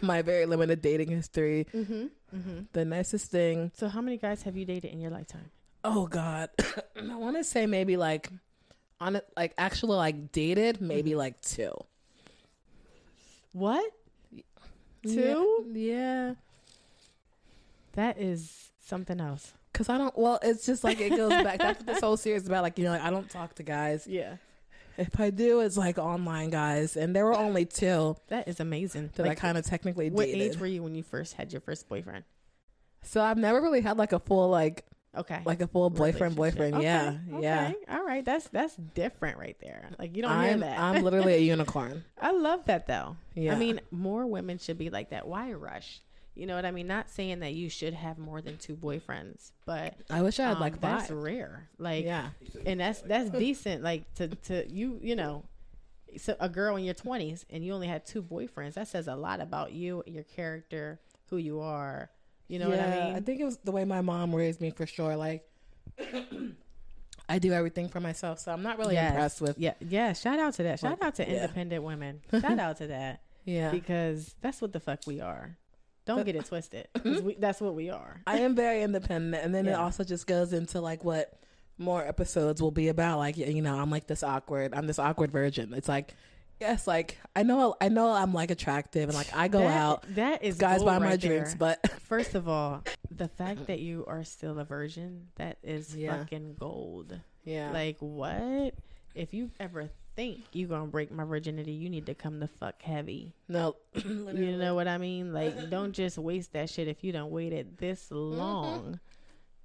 [SPEAKER 2] my very limited dating history.
[SPEAKER 3] Mm-hmm. Mm-hmm.
[SPEAKER 2] The nicest thing,
[SPEAKER 3] So, how many guys have you dated in your lifetime?
[SPEAKER 2] oh God, [COUGHS] I want to say maybe like on it, like actually like dated, maybe
[SPEAKER 3] Mm-hmm.
[SPEAKER 2] like two.
[SPEAKER 3] What? Two?
[SPEAKER 2] Yeah.
[SPEAKER 3] That is something else.
[SPEAKER 2] Cause I don't. Well, it's just like it goes back. That's what this whole series is about. Like you know, like I don't talk to guys.
[SPEAKER 3] Yeah.
[SPEAKER 2] If I do, it's like online guys, and there were only two
[SPEAKER 3] That is amazing.
[SPEAKER 2] that
[SPEAKER 3] Like,
[SPEAKER 2] I kind of technically
[SPEAKER 3] what
[SPEAKER 2] dated.
[SPEAKER 3] age were you when you first had your first boyfriend?
[SPEAKER 2] so I've never really had like a full like
[SPEAKER 3] Okay.
[SPEAKER 2] like a full boyfriend
[SPEAKER 3] Relationship.
[SPEAKER 2] boyfriend.
[SPEAKER 3] Okay,
[SPEAKER 2] Yeah, yeah.
[SPEAKER 3] okay. All right. That's that's different right there. Like you don't hear
[SPEAKER 2] I'm
[SPEAKER 3] that.
[SPEAKER 2] I'm literally a unicorn.
[SPEAKER 3] [LAUGHS] I love that though.
[SPEAKER 2] Yeah.
[SPEAKER 3] I mean, more women should be like that. Why rush? You know what I mean? Not saying that you should have more than two boyfriends, but
[SPEAKER 2] I wish I had
[SPEAKER 3] um,
[SPEAKER 2] like
[SPEAKER 3] that's
[SPEAKER 2] five.
[SPEAKER 3] rare. Like
[SPEAKER 2] Yeah,
[SPEAKER 3] and that's that's decent. Like to to you you know, so a girl in your twenties and you only had two boyfriends. That says a lot about you, your character, who you are. You know
[SPEAKER 2] yeah.
[SPEAKER 3] what I mean?
[SPEAKER 2] think it was the way my mom raised me for sure. Like [COUGHS] I do everything for myself, so I'm not really
[SPEAKER 3] Yes.
[SPEAKER 2] impressed with.
[SPEAKER 3] yeah, yeah. Shout out to that. Shout
[SPEAKER 2] Like,
[SPEAKER 3] out to
[SPEAKER 2] yeah. [LAUGHS]
[SPEAKER 3] independent women. Shout out to that
[SPEAKER 2] Yeah,
[SPEAKER 3] because that's what the fuck we are. Don't get
[SPEAKER 2] [LAUGHS]
[SPEAKER 3] it twisted. 'cause we, that's what we are.
[SPEAKER 2] I am very independent, and then it
[SPEAKER 3] Yeah.
[SPEAKER 2] also just goes into like what more episodes will be about. Like you know, I'm like this awkward. I'm this awkward virgin. It's like yes, like I know I know I'm like attractive, and like I go
[SPEAKER 3] That-
[SPEAKER 2] out,
[SPEAKER 3] That is
[SPEAKER 2] guys
[SPEAKER 3] gold
[SPEAKER 2] buy my
[SPEAKER 3] right
[SPEAKER 2] drinks,
[SPEAKER 3] there.
[SPEAKER 2] but
[SPEAKER 3] First of all, the fact that you are still a virgin, that is
[SPEAKER 2] Yeah.
[SPEAKER 3] fucking gold.
[SPEAKER 2] yeah,
[SPEAKER 3] Like what? If you ever think you gonna break my virginity, you need to come the fuck heavy. [CLEARS THROAT]
[SPEAKER 2] no,
[SPEAKER 3] You know what I mean? Like don't just waste that shit if you done waited this long.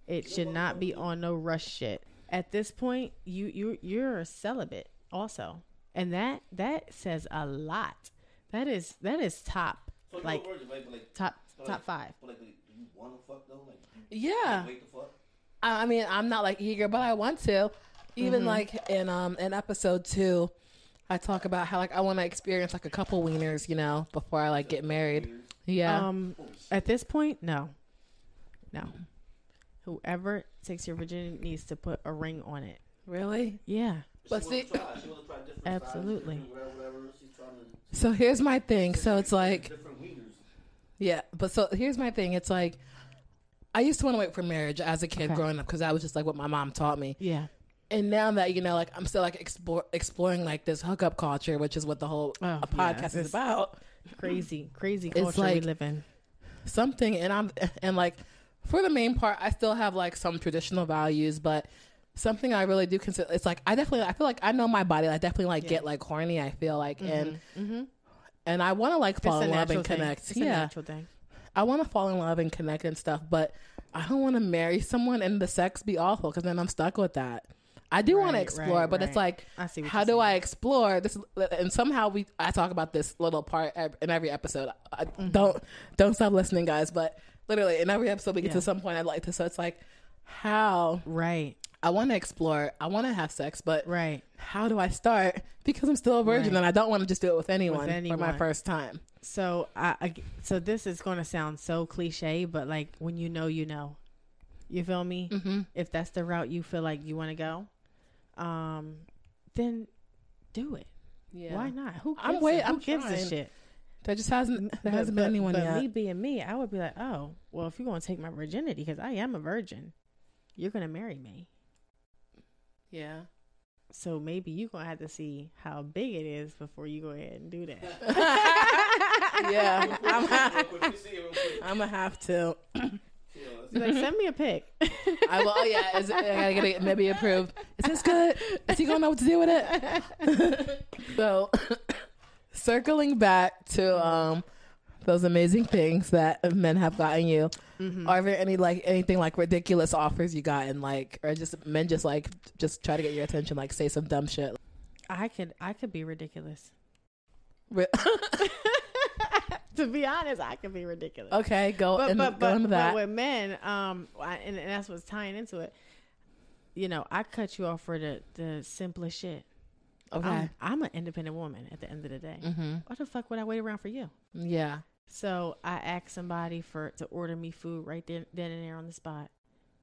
[SPEAKER 3] It should not be on no rush shit. At this point, you you you're a celibate also. And that that says a lot. That is that is top
[SPEAKER 4] So you
[SPEAKER 3] like
[SPEAKER 4] a virgin, right? But like,
[SPEAKER 3] top
[SPEAKER 4] but
[SPEAKER 3] top
[SPEAKER 4] like-
[SPEAKER 3] 5.
[SPEAKER 4] But like, do you want to fuck though? Like, you
[SPEAKER 2] yeah.
[SPEAKER 4] wait to fuck.
[SPEAKER 2] I I mean, I'm not like eager, but I want to. Even
[SPEAKER 3] Mm-hmm.
[SPEAKER 2] like in um in episode two, I talk about how like I want to experience like a couple wieners, you know, before I like get married. Yeah,
[SPEAKER 3] Um, at this point, no, no. Whoever takes your virginity needs to put a ring on it.
[SPEAKER 2] really.
[SPEAKER 3] Yeah,
[SPEAKER 2] But
[SPEAKER 4] she
[SPEAKER 2] Oh, see-
[SPEAKER 4] wanna try. She wanna try different sizes,
[SPEAKER 3] Absolutely.
[SPEAKER 4] different whatever, whatever. She's trying to
[SPEAKER 2] So here's my thing. So it's like
[SPEAKER 4] different wieners.
[SPEAKER 2] Yeah, but so here's my thing. It's like I used to want to wait for marriage as a kid
[SPEAKER 3] Okay.
[SPEAKER 2] growing up because that was just like what my mom taught me.
[SPEAKER 3] yeah.
[SPEAKER 2] And now that you know, like I'm still like explore, exploring like this hookup culture, which is what the whole
[SPEAKER 3] Oh,
[SPEAKER 2] uh, podcast
[SPEAKER 3] yeah.
[SPEAKER 2] is about.
[SPEAKER 3] Crazy, crazy
[SPEAKER 2] It's
[SPEAKER 3] culture we
[SPEAKER 2] like-
[SPEAKER 3] live in.
[SPEAKER 2] Something, and I'm and like for the main part, I still have like some traditional values, but something I really do consider. It's like I definitely, I feel like I know my body. I definitely like get like horny. I feel like and
[SPEAKER 3] Mm-hmm.
[SPEAKER 2] and I want to like fall
[SPEAKER 3] it's
[SPEAKER 2] in
[SPEAKER 3] a
[SPEAKER 2] love
[SPEAKER 3] natural
[SPEAKER 2] and
[SPEAKER 3] thing.
[SPEAKER 2] connect.
[SPEAKER 3] It's a
[SPEAKER 2] yeah,
[SPEAKER 3] natural thing.
[SPEAKER 2] I want to fall in love and connect and stuff, but I don't want to marry someone and the sex be awful because then I'm stuck with that. I do want to
[SPEAKER 3] Right,
[SPEAKER 2] explore,
[SPEAKER 3] right,
[SPEAKER 2] but it's
[SPEAKER 3] right.
[SPEAKER 2] like,
[SPEAKER 3] I see what
[SPEAKER 2] how
[SPEAKER 3] you're
[SPEAKER 2] do
[SPEAKER 3] saying.
[SPEAKER 2] I explore this? And somehow we, I talk about this little part ev- in every episode. I,
[SPEAKER 3] Mm-hmm.
[SPEAKER 2] Don't don't stop listening, guys. But literally in every episode, we get
[SPEAKER 3] Yeah.
[SPEAKER 2] to some point I like to. So it's like, how
[SPEAKER 3] Right,
[SPEAKER 2] I want to explore, I want to have sex, but
[SPEAKER 3] right.
[SPEAKER 2] how do I start? Because I'm still a virgin
[SPEAKER 3] Right.
[SPEAKER 2] and I don't want to just do it with anyone, for my
[SPEAKER 3] anyone.
[SPEAKER 2] first time.
[SPEAKER 3] So I, I so this is gonna sound so cliche, but like when you know, you know. You feel me?
[SPEAKER 2] Mm-hmm.
[SPEAKER 3] If that's the route you feel like you want to go, um, then do it.
[SPEAKER 2] Yeah,
[SPEAKER 3] Why not? Who gives
[SPEAKER 2] I'm wait-
[SPEAKER 3] a, who
[SPEAKER 2] I'm
[SPEAKER 3] gives
[SPEAKER 2] trying.
[SPEAKER 3] a shit?
[SPEAKER 2] There just
[SPEAKER 3] [LAUGHS]
[SPEAKER 2] hasn't there
[SPEAKER 3] But-
[SPEAKER 2] hasn't
[SPEAKER 3] but-
[SPEAKER 2] been anyone
[SPEAKER 3] but
[SPEAKER 2] yet.
[SPEAKER 3] me being me, I would be like, oh, well, if you're gonna take my virginity, because I am a virgin, you're gonna marry me.
[SPEAKER 2] yeah.
[SPEAKER 3] So maybe you're gonna have to see how big it is before you go ahead and
[SPEAKER 2] [LAUGHS]
[SPEAKER 3] do that.
[SPEAKER 2] yeah, I'm
[SPEAKER 4] Real
[SPEAKER 2] ha-
[SPEAKER 4] quick, you see it real quick.
[SPEAKER 2] I'm gonna have to.
[SPEAKER 4] Yeah, let's
[SPEAKER 3] Be like, send me a pic.
[SPEAKER 2] I will. oh, Yeah, is, I gotta get it maybe approved. Is this good? Is he gonna know what to do with it? [LAUGHS] so, [COUGHS] circling back to um those amazing things that men have gotten you.
[SPEAKER 3] Mm-hmm.
[SPEAKER 2] Are there any like anything like ridiculous offers you got and like, or just men just like just try to get your attention, like say some dumb shit.
[SPEAKER 3] I could, I could be ridiculous.
[SPEAKER 2] [LAUGHS]
[SPEAKER 3] [LAUGHS]
[SPEAKER 2] Ri-
[SPEAKER 3] to be honest, I could be ridiculous.
[SPEAKER 2] okay, go
[SPEAKER 3] but
[SPEAKER 2] and
[SPEAKER 3] but,
[SPEAKER 2] go
[SPEAKER 3] but,
[SPEAKER 2] into
[SPEAKER 3] but
[SPEAKER 2] that.
[SPEAKER 3] with men, um, I, and, and that's what's tying into it. You know, I cut you off for the the simplest shit.
[SPEAKER 2] okay, Mm. Mm-hmm.
[SPEAKER 3] I'm, I'm an independent woman at the end of the day. Why the fuck would I wait around for you?
[SPEAKER 2] yeah,
[SPEAKER 3] So I asked somebody for to order me food right then, then and there on the spot.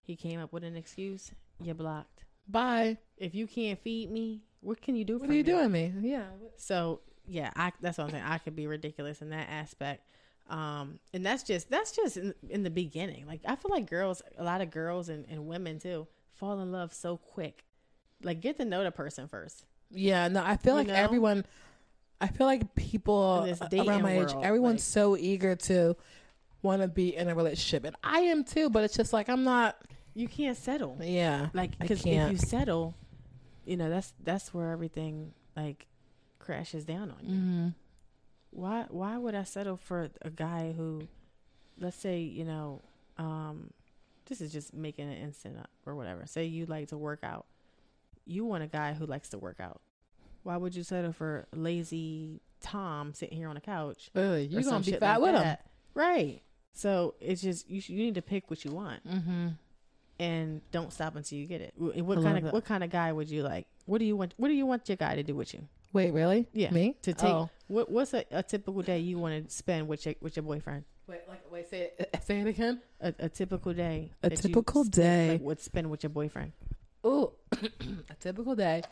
[SPEAKER 3] He came up with an excuse. You blocked.
[SPEAKER 2] Bye.
[SPEAKER 3] If you can't feed me, what can you do
[SPEAKER 2] What
[SPEAKER 3] for
[SPEAKER 2] are you
[SPEAKER 3] me?
[SPEAKER 2] doing me? Yeah.
[SPEAKER 3] So yeah, I that's what I'm saying. I could be ridiculous in that aspect. Um, and that's just that's just in, in the beginning. Like I feel like girls, a lot of girls and, and women too, fall in love so quick. Like get to know the person first.
[SPEAKER 2] Yeah. No, I feel
[SPEAKER 3] You
[SPEAKER 2] like
[SPEAKER 3] know?
[SPEAKER 2] everyone. I feel like people
[SPEAKER 3] In this
[SPEAKER 2] around
[SPEAKER 3] dating
[SPEAKER 2] my age,
[SPEAKER 3] world,
[SPEAKER 2] everyone's
[SPEAKER 3] like-
[SPEAKER 2] so eager to want to be in a relationship, and I am too. But it's just like I'm not.
[SPEAKER 3] You can't settle.
[SPEAKER 2] Yeah.
[SPEAKER 3] Like
[SPEAKER 2] I
[SPEAKER 3] because if
[SPEAKER 2] can't.
[SPEAKER 3] you settle, you know that's that's where everything like crashes down on you.
[SPEAKER 2] Mhm.
[SPEAKER 3] why why would I settle for a guy who let's say, you know, um this is just making an instant up or whatever. Say you like to work out. You want a guy who likes to work out. Why would you settle for lazy Tom sitting here on the couch?
[SPEAKER 2] Ugh,
[SPEAKER 3] or
[SPEAKER 2] You're
[SPEAKER 3] some
[SPEAKER 2] gonna be
[SPEAKER 3] shit
[SPEAKER 2] fat
[SPEAKER 3] like
[SPEAKER 2] with him.
[SPEAKER 3] that? Right. So it's just you sh- you need to pick what you want
[SPEAKER 2] Mm-hmm.
[SPEAKER 3] and don't stop until you get it. Wh- What
[SPEAKER 2] I love
[SPEAKER 3] kind of
[SPEAKER 2] that.
[SPEAKER 3] what kind of guy would you like? What do you want what do you want your guy to do with you?
[SPEAKER 2] Wait, really?
[SPEAKER 3] Yeah.
[SPEAKER 2] Me
[SPEAKER 3] To take
[SPEAKER 2] Oh.
[SPEAKER 3] what what's a, a typical day you want to spend with your with your boyfriend?
[SPEAKER 2] Wait, like wait, say it, say it again.
[SPEAKER 3] a, a typical day.
[SPEAKER 2] A
[SPEAKER 3] that you
[SPEAKER 2] typical
[SPEAKER 3] spend-
[SPEAKER 2] day.
[SPEAKER 3] Like, would spend with your boyfriend.
[SPEAKER 2] Ooh, [CLEARS THROAT] a typical day.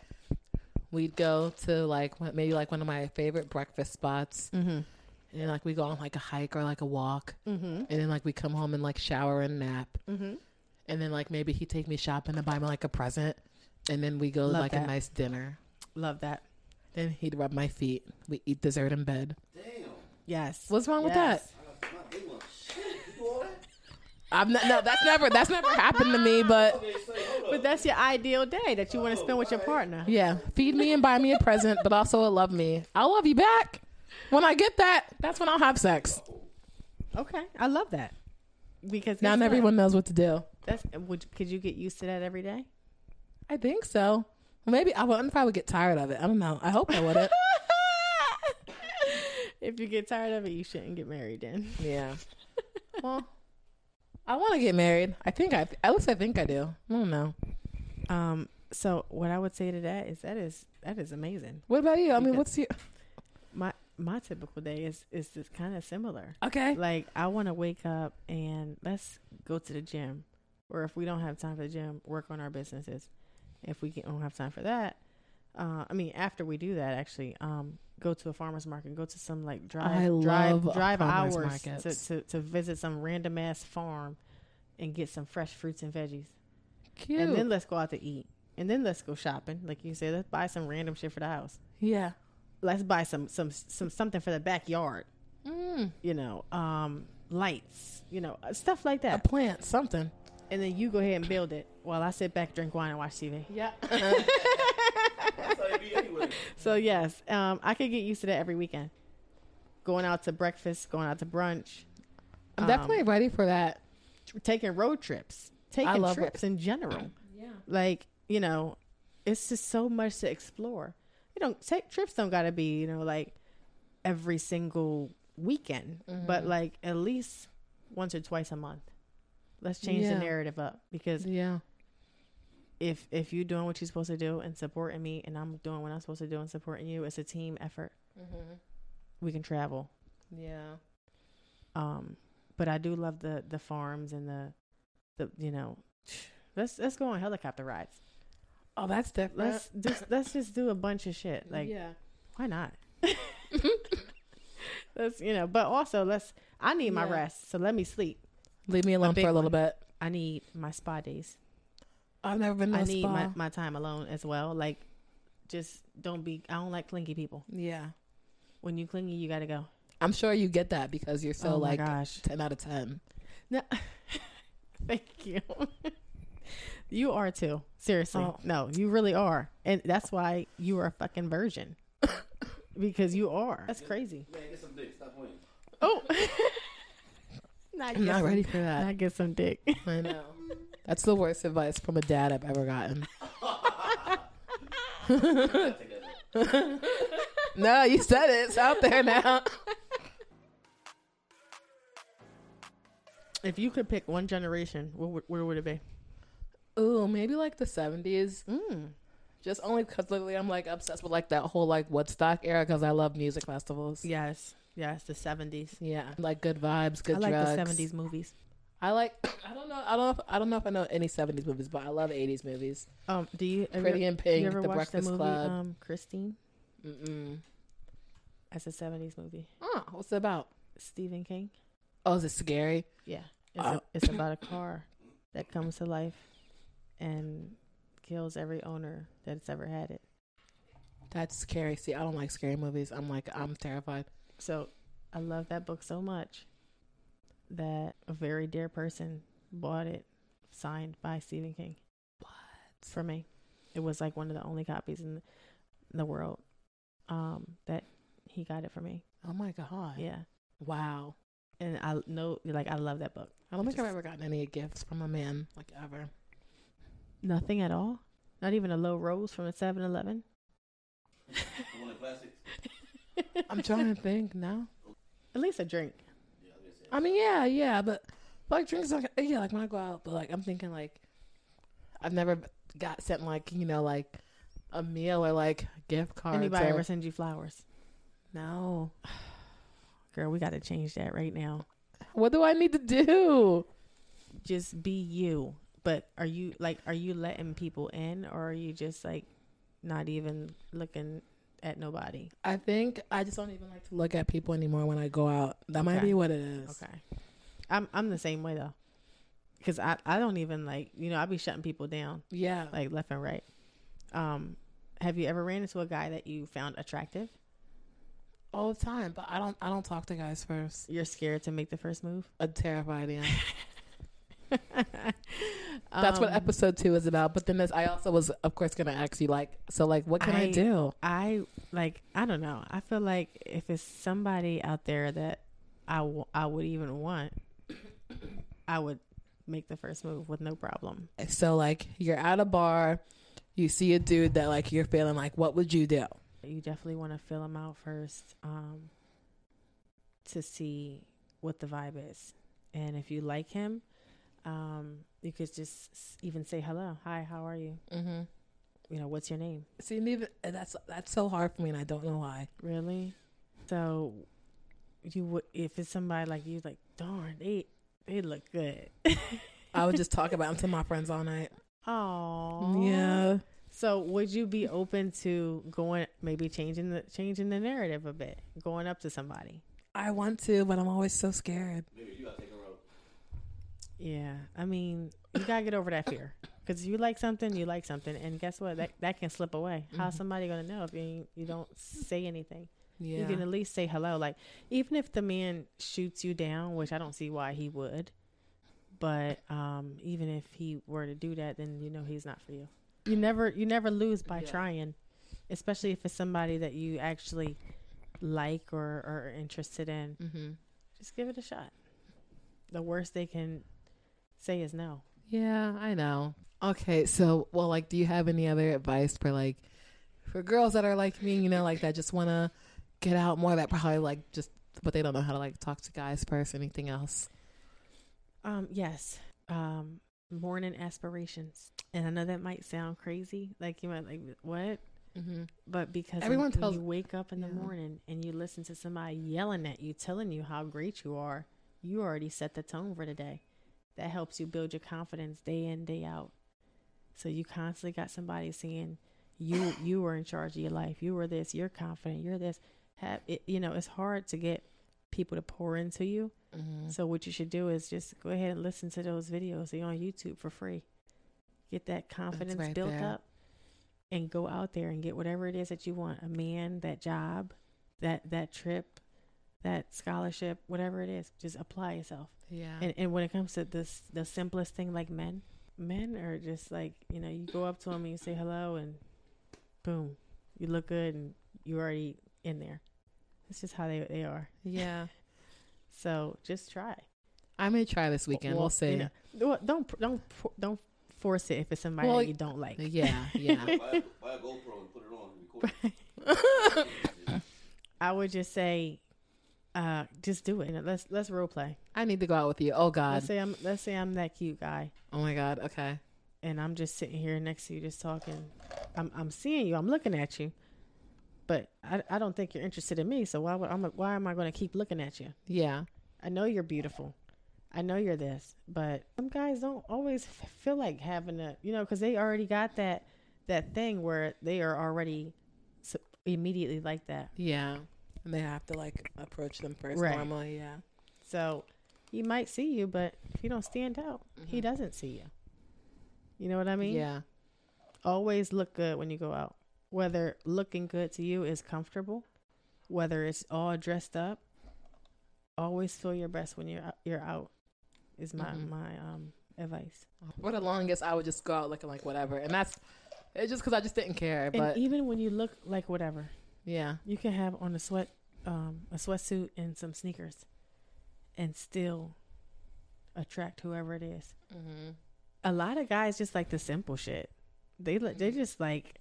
[SPEAKER 2] We'd go to like one- maybe like one of my favorite breakfast spots,
[SPEAKER 3] Mm-hmm.
[SPEAKER 2] and then, like we go on like a hike or like a walk,
[SPEAKER 3] Mm-hmm.
[SPEAKER 2] and then like we come home and like shower and nap,
[SPEAKER 3] Mm-hmm.
[SPEAKER 2] and then like maybe he'd take me shopping and buy me like a present, and then we go to
[SPEAKER 3] Love
[SPEAKER 2] like a
[SPEAKER 3] that.
[SPEAKER 2] nice dinner.
[SPEAKER 3] Love that.
[SPEAKER 2] Then he'd rub my feet. We eat dessert in bed.
[SPEAKER 4] Damn.
[SPEAKER 3] Yes.
[SPEAKER 2] What's wrong with
[SPEAKER 3] Yes.
[SPEAKER 2] that?
[SPEAKER 4] My English. You do all that?
[SPEAKER 2] I'm not. No, that's never. That's never happened to me.
[SPEAKER 3] [LAUGHS]
[SPEAKER 2] But
[SPEAKER 4] Okay, say, hold up.
[SPEAKER 3] But that's your ideal day that you want to
[SPEAKER 4] Oh,
[SPEAKER 3] spend with your
[SPEAKER 4] right.
[SPEAKER 3] partner.
[SPEAKER 2] yeah, feed me and buy me a present, but also love me. I'll love you back. When I get that, that's when I'll have sex.
[SPEAKER 3] Okay, I love that because
[SPEAKER 2] Now
[SPEAKER 3] guess what?
[SPEAKER 2] everyone knows what to do.
[SPEAKER 3] That's would could you get used to that
[SPEAKER 2] [LAUGHS]
[SPEAKER 3] every day?
[SPEAKER 2] I think so. Maybe I wonder if I would get tired of it. I don't know. I hope I
[SPEAKER 3] [LAUGHS]
[SPEAKER 2] wouldn't.
[SPEAKER 3] if you get tired of it, you shouldn't get married. Then
[SPEAKER 2] yeah. Well, I want to get married. I think I. At least I think I do. I don't know.
[SPEAKER 3] Um. So what I would say to that is that is that is amazing.
[SPEAKER 2] What about you? I mean,
[SPEAKER 3] Yeah.
[SPEAKER 2] what's your
[SPEAKER 3] My my typical day is is just kind of similar.
[SPEAKER 2] okay?
[SPEAKER 3] like I want to wake up and let's go to the gym, or if we don't have time for the gym, work on our businesses. If we can- don't have time for that, uh, I mean, after we do that, actually, um, go to a farmer's market, go to some like drive
[SPEAKER 2] I
[SPEAKER 3] drive
[SPEAKER 2] love
[SPEAKER 3] drive
[SPEAKER 2] farmers
[SPEAKER 3] hours to,
[SPEAKER 2] markets.
[SPEAKER 3] to to visit some random ass farm and get some fresh fruits and veggies,
[SPEAKER 2] Cute.
[SPEAKER 3] and then let's go out to eat, and then let's go shopping. Like you said, let's buy some random shit for the house.
[SPEAKER 2] yeah.
[SPEAKER 3] Let's buy some some some something for the backyard
[SPEAKER 2] Mm,
[SPEAKER 3] you know, um, lights, you know, uh, stuff
[SPEAKER 2] a
[SPEAKER 3] like that.
[SPEAKER 2] plant, something.
[SPEAKER 3] And then you go ahead and build it while I sit back, drink wine, and watch TV.
[SPEAKER 2] Yeah.
[SPEAKER 4] That's how it be anyway.
[SPEAKER 3] So yes, um, I could get used to that every weekend. Going out to breakfast, going out to brunch,
[SPEAKER 2] I'm definitely
[SPEAKER 3] Um,
[SPEAKER 2] ready for that.
[SPEAKER 3] tr- taking road trips, taking
[SPEAKER 2] love
[SPEAKER 3] trips in general.
[SPEAKER 2] Yeah.
[SPEAKER 3] Like you know, it's just so much to explore. You don't take trips. Don't gotta be you know like every single weekend,
[SPEAKER 2] Mm-hmm.
[SPEAKER 3] but like at least once or twice a month. Let's change
[SPEAKER 2] Yeah.
[SPEAKER 3] the narrative up because
[SPEAKER 2] Yeah.
[SPEAKER 3] if if you're doing what you're supposed to do and supporting me and I'm doing what I'm supposed to do and supporting you, it's a team effort.
[SPEAKER 2] Mm-hmm.
[SPEAKER 3] We can travel.
[SPEAKER 2] Yeah.
[SPEAKER 3] Um, but I do love the the farms and the the you know, [SIGHS] let's let's go on helicopter rides.
[SPEAKER 2] Oh, that's different.
[SPEAKER 3] Let's just let's just do a bunch of shit. Like
[SPEAKER 2] yeah. [LAUGHS]
[SPEAKER 3] why not? let's you know, but also let's I need my
[SPEAKER 2] Yeah.
[SPEAKER 3] rest, so let me sleep.
[SPEAKER 2] Leave me alone
[SPEAKER 3] big
[SPEAKER 2] for a little bit.
[SPEAKER 3] I need my spa days.
[SPEAKER 2] I've never been to
[SPEAKER 3] I
[SPEAKER 2] a
[SPEAKER 3] need
[SPEAKER 2] spa.
[SPEAKER 3] my, my time alone as well. Like just don't be I don't like clingy people.
[SPEAKER 2] yeah.
[SPEAKER 3] When you clingy, you gotta go.
[SPEAKER 2] I'm sure you get that because you're so
[SPEAKER 3] oh
[SPEAKER 2] like
[SPEAKER 3] my gosh,
[SPEAKER 2] 10 out of 10.
[SPEAKER 3] [LAUGHS] thank you. you are too. Seriously,
[SPEAKER 2] Oh.
[SPEAKER 3] no, you really are, and that's why you are a fucking [LAUGHS] virgin because you are. That's crazy.
[SPEAKER 4] Man, get some dick. Stop playing.
[SPEAKER 3] [LAUGHS] Oh, not,
[SPEAKER 2] I'm not ready for that.
[SPEAKER 3] Not get some dick.
[SPEAKER 2] I know. That's the worst advice from a dad I've ever gotten.
[SPEAKER 4] I take that back.
[SPEAKER 2] No, you said it. It's out there now.
[SPEAKER 3] [LAUGHS] if you could pick one generation, what would- where would it be?
[SPEAKER 2] Ooh, maybe like the 70s.
[SPEAKER 3] Mm.
[SPEAKER 2] Just only because literally I'm like obsessed with like that whole like Woodstock era because I love music festivals.
[SPEAKER 3] Yes, yes, the seventies.
[SPEAKER 2] Yeah. Like good vibes, good
[SPEAKER 3] I like
[SPEAKER 2] drugs.
[SPEAKER 3] the seventies movies.
[SPEAKER 2] I like. I don't know. I don't. Know if, I don't know if I know any '70s movies, but I love '80s movies.
[SPEAKER 3] Um, do you have
[SPEAKER 2] Pretty
[SPEAKER 3] you,
[SPEAKER 2] in Pink,
[SPEAKER 3] you ever
[SPEAKER 2] The
[SPEAKER 3] watched the
[SPEAKER 2] Breakfast
[SPEAKER 3] movie
[SPEAKER 2] Club.
[SPEAKER 3] um Christine?
[SPEAKER 2] Mm-mm.
[SPEAKER 3] That's a seventies movie.
[SPEAKER 2] Oh, what's it about?
[SPEAKER 3] Stephen King.
[SPEAKER 2] Oh, is it scary?
[SPEAKER 3] Yeah, it's,
[SPEAKER 2] Uh,
[SPEAKER 3] a, it's about a car that comes to life and kills every owner that's ever had it.
[SPEAKER 2] That's scary. See, I don't like scary movies. I'm like, I'm terrified.
[SPEAKER 3] So I love that book so much that a very dear person bought it, signed by Stephen King.
[SPEAKER 2] What?
[SPEAKER 3] For me, it was like one of the only copies in the world um, that he got it for me.
[SPEAKER 2] Oh my god.
[SPEAKER 3] Yeah,
[SPEAKER 2] Wow.
[SPEAKER 3] and I know, like, I love that book.
[SPEAKER 2] I don't think I've
[SPEAKER 3] Just-
[SPEAKER 2] ever gotten any gifts from a man, like ever.
[SPEAKER 3] Nothing at all. Not even a low rose from a 7-Eleven.
[SPEAKER 4] The one in plastics.
[SPEAKER 2] [LAUGHS] I'm trying
[SPEAKER 3] [LAUGHS]
[SPEAKER 2] to think now.
[SPEAKER 3] At least a drink.
[SPEAKER 4] Yeah, I was gonna say.
[SPEAKER 2] I mean, yeah, yeah, but like drinks, like yeah, like when I go out, but like I'm thinking like I've never got sent like you know like a meal or like gift cards.
[SPEAKER 3] Anybody
[SPEAKER 2] or-
[SPEAKER 3] ever send you flowers?
[SPEAKER 2] No.
[SPEAKER 3] [SIGHS] Girl, we got to change that right now.
[SPEAKER 2] What do I need to do?
[SPEAKER 3] Just be you. But are you like are you letting people in or are you just like not even looking at nobody?
[SPEAKER 2] I think I just don't even like to look at people anymore when I go out. That might
[SPEAKER 3] Okay.
[SPEAKER 2] be what it is.
[SPEAKER 3] Okay. I'm I'm the same way though. Cuz I I don't even like, you know, I be shutting people down
[SPEAKER 2] Yeah.
[SPEAKER 3] like left and right. Um have you ever ran into a guy that you found attractive?
[SPEAKER 2] all the time, but I don't I don't talk to guys first.
[SPEAKER 3] You're scared to make the first move? [LAUGHS]
[SPEAKER 2] I'm terrified. [LAUGHS] Yeah. That's
[SPEAKER 3] That's
[SPEAKER 2] what episode two is about. But then this, I also was of course gonna ask you like, so like, what can I,
[SPEAKER 3] I-
[SPEAKER 2] do?
[SPEAKER 3] I like I don't know. I feel like if it's somebody out there that I w- I would even want, I would make the first move with no problem.
[SPEAKER 2] So like, you're at a bar, you see a dude that like you're feeling like, what would you do?
[SPEAKER 3] You definitely want to feel them out first um to see what the vibe is. And if you like him, um you could just s- even say hello. Hi, how are you?
[SPEAKER 2] Mm-hmm.
[SPEAKER 3] You know, what's your name?
[SPEAKER 2] See, and even and that's that's so hard for me, and I don't know why.
[SPEAKER 3] Really? So you would if it's somebody like you like, "Darn, they they look good." [LAUGHS]
[SPEAKER 2] I would just talk about him to my friends all night.
[SPEAKER 3] Oh
[SPEAKER 2] Yeah,
[SPEAKER 3] So would you be open to going maybe changing the changing the narrative a bit, going up to somebody?
[SPEAKER 2] I want to, but I'm always so scared.
[SPEAKER 4] Maybe you gotta take a road.
[SPEAKER 3] Yeah, I mean you gotta get over that fear because you like something, you like something, and guess what? That that can slip away. How's somebody gonna know if you ain't- you don't say anything?
[SPEAKER 2] Yeah,
[SPEAKER 3] You can at least say hello. Like even if the man shoots you down, which I don't see why he would, but um, even if he were to do that, then you know he's not for you. You never you never lose by
[SPEAKER 2] Yeah.
[SPEAKER 3] trying, especially if it's somebody that you actually like or, or are interested in.
[SPEAKER 2] mm-hmm.
[SPEAKER 3] Just give it a shot. The worst they can say is no.
[SPEAKER 2] Yeah, I know. Okay, so well, like, do you have any other advice for like for girls that are like me, you know, like that just want to get out more? That probably like just, but they don't know how to like talk to guys first. Anything else?
[SPEAKER 3] Um, yes. Um, morning aspirations. And I know that might sound crazy. Like you might like what?
[SPEAKER 2] Mm-hmm.
[SPEAKER 3] But because
[SPEAKER 2] Everyone
[SPEAKER 3] when
[SPEAKER 2] tells-
[SPEAKER 3] you wake up in the
[SPEAKER 2] Yeah.
[SPEAKER 3] morning and you listen to somebody yelling at you, telling you how great you are, you already set the tone for the day. That helps you build your confidence day in, day out. So you constantly got somebody saying, "You, you were in charge of your life. You were this. You're confident. You're this." Have it, you know? It's hard to get people to pour into you.
[SPEAKER 2] Mm-hmm.
[SPEAKER 3] So what you should do is just go ahead and listen to those videos. They're on YouTube for free. Get that confidence
[SPEAKER 2] right
[SPEAKER 3] built
[SPEAKER 2] there.
[SPEAKER 3] up and go out there and get whatever it is that you want. A man, that job, that that trip, that scholarship, whatever it is, just apply yourself.
[SPEAKER 2] Yeah,
[SPEAKER 3] And and when it comes to this the simplest thing like men, men are just like, you know, you go up to them and you say hello and boom, you look good and you're already in there. That's just how they they are.
[SPEAKER 2] yeah. [LAUGHS]
[SPEAKER 3] So just try.
[SPEAKER 2] I may try this weekend. We'll,
[SPEAKER 3] Well,
[SPEAKER 2] see.
[SPEAKER 3] you know, well, don't pr- don't pr- don't force it if it's somebody
[SPEAKER 2] Well,
[SPEAKER 3] that you don't like.
[SPEAKER 2] [LAUGHS] Yeah, yeah.
[SPEAKER 3] [LAUGHS]
[SPEAKER 4] Buy a, buy a GoPro and put it on and record it.
[SPEAKER 3] I would just say, uh, just do it. You know, let's let's role play.
[SPEAKER 2] I need to go out with you. Oh God.
[SPEAKER 3] Let's say I'm let's say I'm that cute guy,
[SPEAKER 2] Oh my God. Okay.
[SPEAKER 3] and I'm just sitting here next to you, just talking. I'm I'm seeing you. I'm looking at you, but I I don't think you're interested in me. So why would I'm why am I going to keep looking at you?
[SPEAKER 2] Yeah.
[SPEAKER 3] I know you're beautiful. I know you're this, but some guys don't always f- feel like having a, you know, because they already got that that thing where they are already su- immediately like that.
[SPEAKER 2] Yeah. And they have to like approach them first
[SPEAKER 3] Right.
[SPEAKER 2] normally. Yeah.
[SPEAKER 3] So he might see you, but if you don't stand out, he doesn't see you. You know what I mean?
[SPEAKER 2] yeah.
[SPEAKER 3] Always look good when you go out. Whether looking good to you is comfortable, whether it's all dressed up, always feel your best when you're out- you're out. Is my
[SPEAKER 2] Mhm.
[SPEAKER 3] my um advice.
[SPEAKER 2] For the longest, I would just go out looking like whatever. And that's it's just because I just didn't care. But
[SPEAKER 3] and even when you look like whatever,
[SPEAKER 2] yeah.
[SPEAKER 3] you can have on a sweat um a sweatsuit and some sneakers, and still attract whoever it is.
[SPEAKER 2] Mm-hmm.
[SPEAKER 3] a lot of guys just like the simple shit. They li- they just like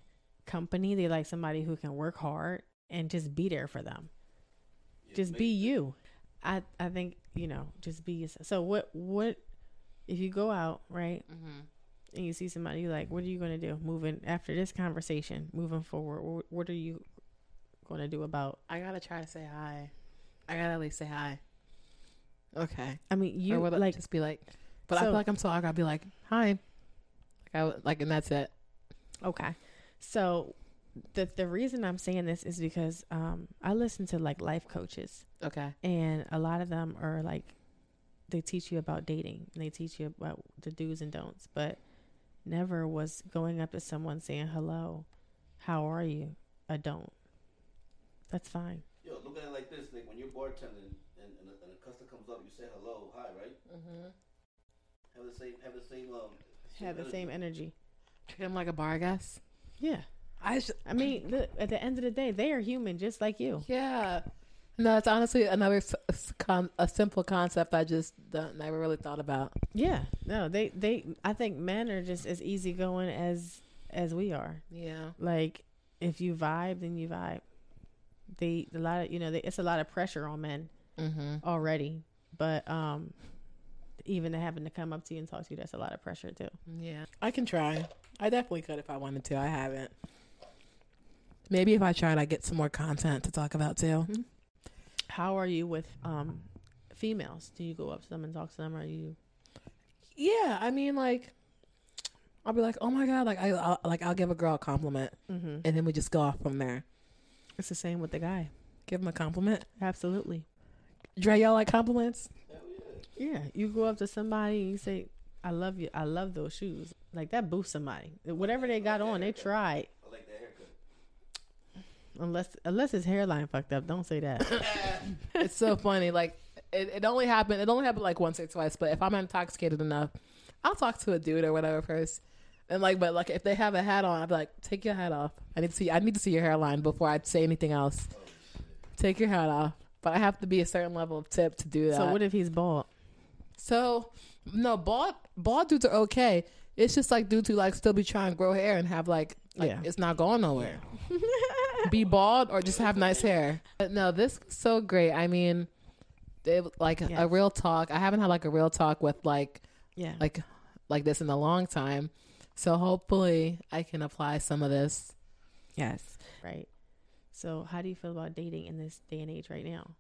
[SPEAKER 3] company. They like somebody who can work hard and just be there for them. just be you. I I think you know just be yourself. So what what if you go out right
[SPEAKER 2] Mm-hmm.
[SPEAKER 3] and you see somebody you like? What are you gonna do moving after this conversation? Moving forward, what, what are you gonna do about?
[SPEAKER 2] I gotta try to say hi. I gotta at least say hi. Okay.
[SPEAKER 3] I mean, you
[SPEAKER 2] or would
[SPEAKER 3] like
[SPEAKER 2] like just be like, but I feel
[SPEAKER 3] So-
[SPEAKER 2] like I'm so awkward. I'd be like, hi. Like I would- like, and that's it.
[SPEAKER 3] Okay. So the the reason I'm saying this is because um I listen to like life coaches
[SPEAKER 2] Okay.
[SPEAKER 3] and a lot of them are like they teach you about dating and they teach you about the do's and don'ts but never was going up to someone saying hello how are you a don't that's fine
[SPEAKER 4] Yo, look at it like this. Like when you're bartending and, and, a, and a customer comes up, you say hello, hi, right? Have the same, have the same, um,
[SPEAKER 3] Mm-hmm. have the same
[SPEAKER 4] energy.
[SPEAKER 3] energy
[SPEAKER 2] Treat him like a bar guest.
[SPEAKER 3] yeah
[SPEAKER 2] I should.
[SPEAKER 3] i mean look, at the end of the day they are human just like you
[SPEAKER 2] Yeah. No, it's honestly another s- s- con- a simple concept I just don't, never really thought about.
[SPEAKER 3] yeah no they they i think men are just as easygoing as as we are
[SPEAKER 2] Yeah.
[SPEAKER 3] like if you vibe then you vibe they a lot of you know they, it's a lot of pressure on men
[SPEAKER 2] Mm-hmm.
[SPEAKER 3] already. But um even having to come up to you and talk to you, that's a lot of pressure too.
[SPEAKER 2] Yeah. I can try. I definitely could if I wanted to. I haven't. Maybe if I tried, I'd get some more content to talk about too.
[SPEAKER 3] How are you with um females? Do you go up to them and talk to them? Or are you
[SPEAKER 2] Yeah. I mean, like, I'll be like, oh my God. Like, I, I'll, like, I'll give a girl a compliment
[SPEAKER 3] mm-hmm.
[SPEAKER 2] and then we just go off from there.
[SPEAKER 3] it's the same with the guy.
[SPEAKER 2] Give him a compliment.
[SPEAKER 3] Absolutely.
[SPEAKER 2] Dre, y'all like compliments?
[SPEAKER 3] Yeah. You go up to somebody and you say, I love you. I love those shoes. Like that boosts somebody. Whatever they got on, they tried.
[SPEAKER 4] I like that haircut.
[SPEAKER 3] Unless unless his hairline fucked up. Don't
[SPEAKER 2] [COUGHS]
[SPEAKER 3] say that.
[SPEAKER 2] [LAUGHS] it's so funny. Like it, it only happened. It only happened like once or twice. But if I'm intoxicated enough, I'll talk to a dude or whatever first. And like, but like if they have a hat on, I'd be like, take your hat off. I need to see. I need to see your hairline before I say anything else. Take your hat off. But I have to be a certain level of tip to do that.
[SPEAKER 3] So what if he's bald?
[SPEAKER 2] So no, bald bald dudes are okay. It's just like dudes who like still be trying to grow hair and have like, like
[SPEAKER 3] Yeah.
[SPEAKER 2] it's not going
[SPEAKER 3] [LAUGHS]
[SPEAKER 2] nowhere. be bald or just have nice hair. But no, this was so great. I mean, it, like
[SPEAKER 3] Yeah.
[SPEAKER 2] a real talk. I haven't had like a real talk with like
[SPEAKER 3] Yeah.
[SPEAKER 2] like like this in a long time. So hopefully I can apply some of this.
[SPEAKER 3] yes. Right. So how do you feel about dating in this day and age right now?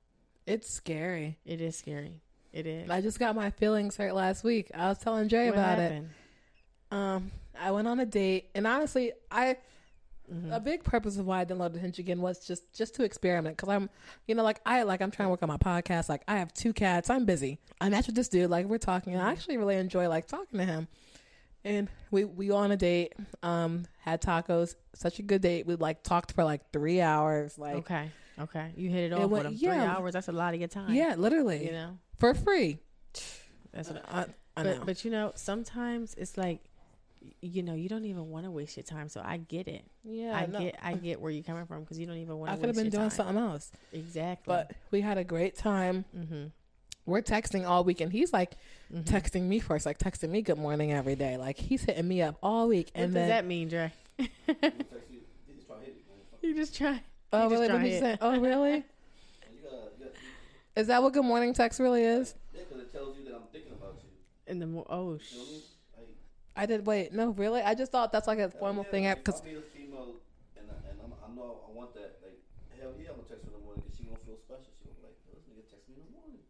[SPEAKER 2] It's scary.
[SPEAKER 3] It is scary. It is.
[SPEAKER 2] I just got my feelings hurt last week. I was telling Dre about it. Um, I went on a date, and honestly, I
[SPEAKER 3] Mm-hmm.
[SPEAKER 2] a big purpose of why I downloaded Hinge again was just just to experiment because I'm, you know, like I like I'm trying to work on my podcast. Like I have two cats, I'm busy. I matched with this dude. Like we're talking,
[SPEAKER 3] Mm-hmm.
[SPEAKER 2] and I actually really enjoy like talking to him. And we we go on a date. Um, had tacos. Such a good date. We like talked for like three hours. Like
[SPEAKER 3] Okay. Okay. You
[SPEAKER 2] It
[SPEAKER 3] hit it
[SPEAKER 2] went-
[SPEAKER 3] off with them.
[SPEAKER 2] yeah.
[SPEAKER 3] Three hours. That's a lot of your time.
[SPEAKER 2] yeah, literally
[SPEAKER 3] You know.
[SPEAKER 2] for free.
[SPEAKER 3] That's what.
[SPEAKER 2] I, I know.
[SPEAKER 3] but but you know, sometimes it's like, y- you know, you don't even want to waste your time. So I get it.
[SPEAKER 2] yeah,
[SPEAKER 3] I
[SPEAKER 2] no.
[SPEAKER 3] get. I get where you're coming from because you don't even want
[SPEAKER 2] I
[SPEAKER 3] to.
[SPEAKER 2] could have been doing something else.
[SPEAKER 3] Exactly.
[SPEAKER 2] But we had a great time.
[SPEAKER 3] hmm
[SPEAKER 2] we're texting all week and he's like
[SPEAKER 3] Mhm.
[SPEAKER 2] texting me first like texting me good morning every day like he's hitting me up all week
[SPEAKER 3] what
[SPEAKER 2] and
[SPEAKER 3] does
[SPEAKER 2] then
[SPEAKER 3] that
[SPEAKER 2] [LAUGHS]
[SPEAKER 3] mean, [LAUGHS] Dre?
[SPEAKER 4] He text you, he's trying to hit you. man. Fuck.
[SPEAKER 3] you just try.
[SPEAKER 2] oh
[SPEAKER 3] he just
[SPEAKER 2] really what
[SPEAKER 3] trying
[SPEAKER 2] did you
[SPEAKER 3] it.
[SPEAKER 2] say oh really
[SPEAKER 3] [LAUGHS]
[SPEAKER 4] You gotta, you gotta,
[SPEAKER 2] is that what good morning text really is
[SPEAKER 4] yeah, 'cause it tells you that I'm thinking about you.
[SPEAKER 3] And the more. Oh
[SPEAKER 4] You know what I
[SPEAKER 3] sh.
[SPEAKER 4] mean? Like,
[SPEAKER 2] i did wait no really i just thought that's like a formal
[SPEAKER 4] yeah,
[SPEAKER 2] thing
[SPEAKER 4] like,
[SPEAKER 2] because
[SPEAKER 4] if I meet a female and I, and I'm, I know I want that. Like, hell yeah, I'm gonna text her in the morning 'cause she gonna feel special. She gonna be like, "Yo, this nigga text me in the morning.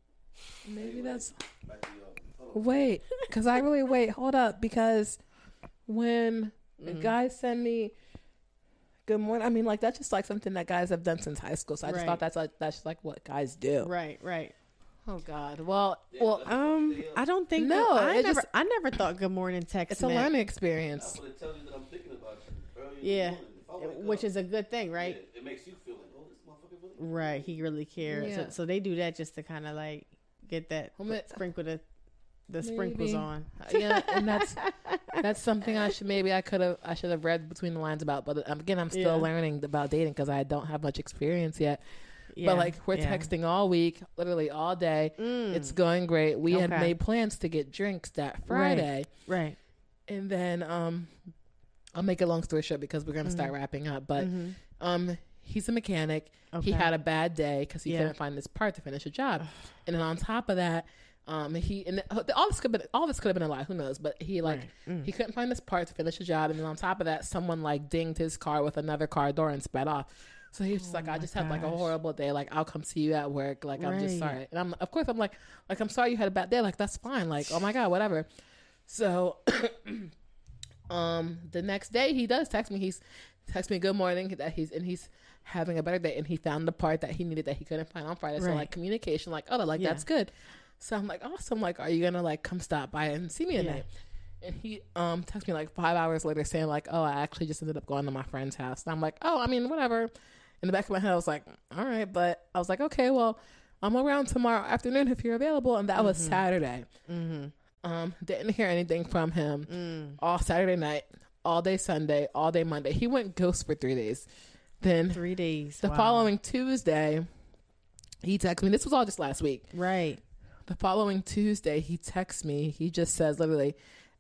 [SPEAKER 2] Maybe that's
[SPEAKER 4] Back to your hold on.
[SPEAKER 2] wait, because I really wait. Hold up, because when the
[SPEAKER 3] Mm-hmm.
[SPEAKER 2] guys send me good morning, I mean, like that's just like something that guys have done since high school. So I just
[SPEAKER 3] Right.
[SPEAKER 2] thought that's like that's just like what guys do.
[SPEAKER 3] Right, right.
[SPEAKER 2] Oh God. Well,
[SPEAKER 4] Yeah,
[SPEAKER 2] well,
[SPEAKER 4] that's-
[SPEAKER 3] Um, I don't think.
[SPEAKER 2] No,
[SPEAKER 3] I
[SPEAKER 2] it
[SPEAKER 3] never.
[SPEAKER 2] just-
[SPEAKER 3] I never thought good morning text.
[SPEAKER 2] it's a
[SPEAKER 3] meant-
[SPEAKER 2] learning
[SPEAKER 4] that's
[SPEAKER 2] experience.
[SPEAKER 4] what it tells you that I'm thinking about you early in the
[SPEAKER 3] Yeah,
[SPEAKER 4] morning. If I wake
[SPEAKER 3] which
[SPEAKER 4] up,
[SPEAKER 3] is a good thing, right?
[SPEAKER 4] yeah, it makes you feel like, oh, this motherfucker really.
[SPEAKER 3] Right. He really cares.
[SPEAKER 2] Yeah.
[SPEAKER 3] So, so they do that just to kind of like get that
[SPEAKER 2] Well, ma-
[SPEAKER 3] sprinkle the the sprinkles
[SPEAKER 2] Maybe.
[SPEAKER 3] on.
[SPEAKER 2] Uh, yeah, and
[SPEAKER 3] [LAUGHS]
[SPEAKER 2] that's that's something I should maybe I could have I should have read between the lines about. But um, again, I'm still
[SPEAKER 3] Yeah.
[SPEAKER 2] learning about dating because I don't have much experience yet.
[SPEAKER 3] Yeah,
[SPEAKER 2] But like we're
[SPEAKER 3] yeah.
[SPEAKER 2] texting all week, literally all day.
[SPEAKER 3] Mm,
[SPEAKER 2] It's going great. We had
[SPEAKER 3] Okay.
[SPEAKER 2] made plans to get drinks that
[SPEAKER 3] Right.
[SPEAKER 2] Friday,
[SPEAKER 3] right.
[SPEAKER 2] and then um, I'll make a long story short because we're gonna
[SPEAKER 3] Hmm.
[SPEAKER 2] start wrapping up. But
[SPEAKER 3] Mm-hmm.
[SPEAKER 2] um, he's a mechanic. He
[SPEAKER 3] Okay.
[SPEAKER 2] had a bad day because he
[SPEAKER 3] Yeah.
[SPEAKER 2] couldn't find this part to finish a job, and then on top of that. Um, he and the- all this could been, all this could have been a lie. Who knows? But he like
[SPEAKER 3] Mm.
[SPEAKER 2] he couldn't find this part to finish the job, and then on top of that, someone like dinged his car with another car door and sped off. So he was just like, I just had like a
[SPEAKER 3] Oh gosh.
[SPEAKER 2] horrible day. Like I'll come see you at work. Like I'm just
[SPEAKER 3] Right.
[SPEAKER 2] sorry. And I'm of course I'm like like I'm sorry you had a bad day. Like that's fine. Like oh my god, whatever. So um the next day he does text me. He's text me good morning that he's and he's having a better day and he found the part that he needed that he couldn't find on Friday. So
[SPEAKER 3] Right.
[SPEAKER 2] like communication, like oh like
[SPEAKER 3] Yeah.
[SPEAKER 2] that's good. So I'm like awesome. Like are you gonna like come stop by and see me
[SPEAKER 3] Yeah.
[SPEAKER 2] tonight? And he um texted me like five hours later saying like, "Oh, I actually just ended up going to my friend's house." And I'm like, "Oh, I mean, whatever." In the back of my head, I was like, "All right," but I was like, "Okay, well, I'm around tomorrow afternoon if you're available." And that was
[SPEAKER 3] Mm-hmm.
[SPEAKER 2] Saturday. Um, didn't hear anything from him
[SPEAKER 3] Mm.
[SPEAKER 2] all Saturday night, all day Sunday, all day Monday. He went ghost for three days. Then
[SPEAKER 3] Three days.
[SPEAKER 2] the
[SPEAKER 3] Wow.
[SPEAKER 2] following Tuesday, he texted me. This was all just last week.
[SPEAKER 3] Right.
[SPEAKER 2] The following Tuesday, he texts me. He just says, literally,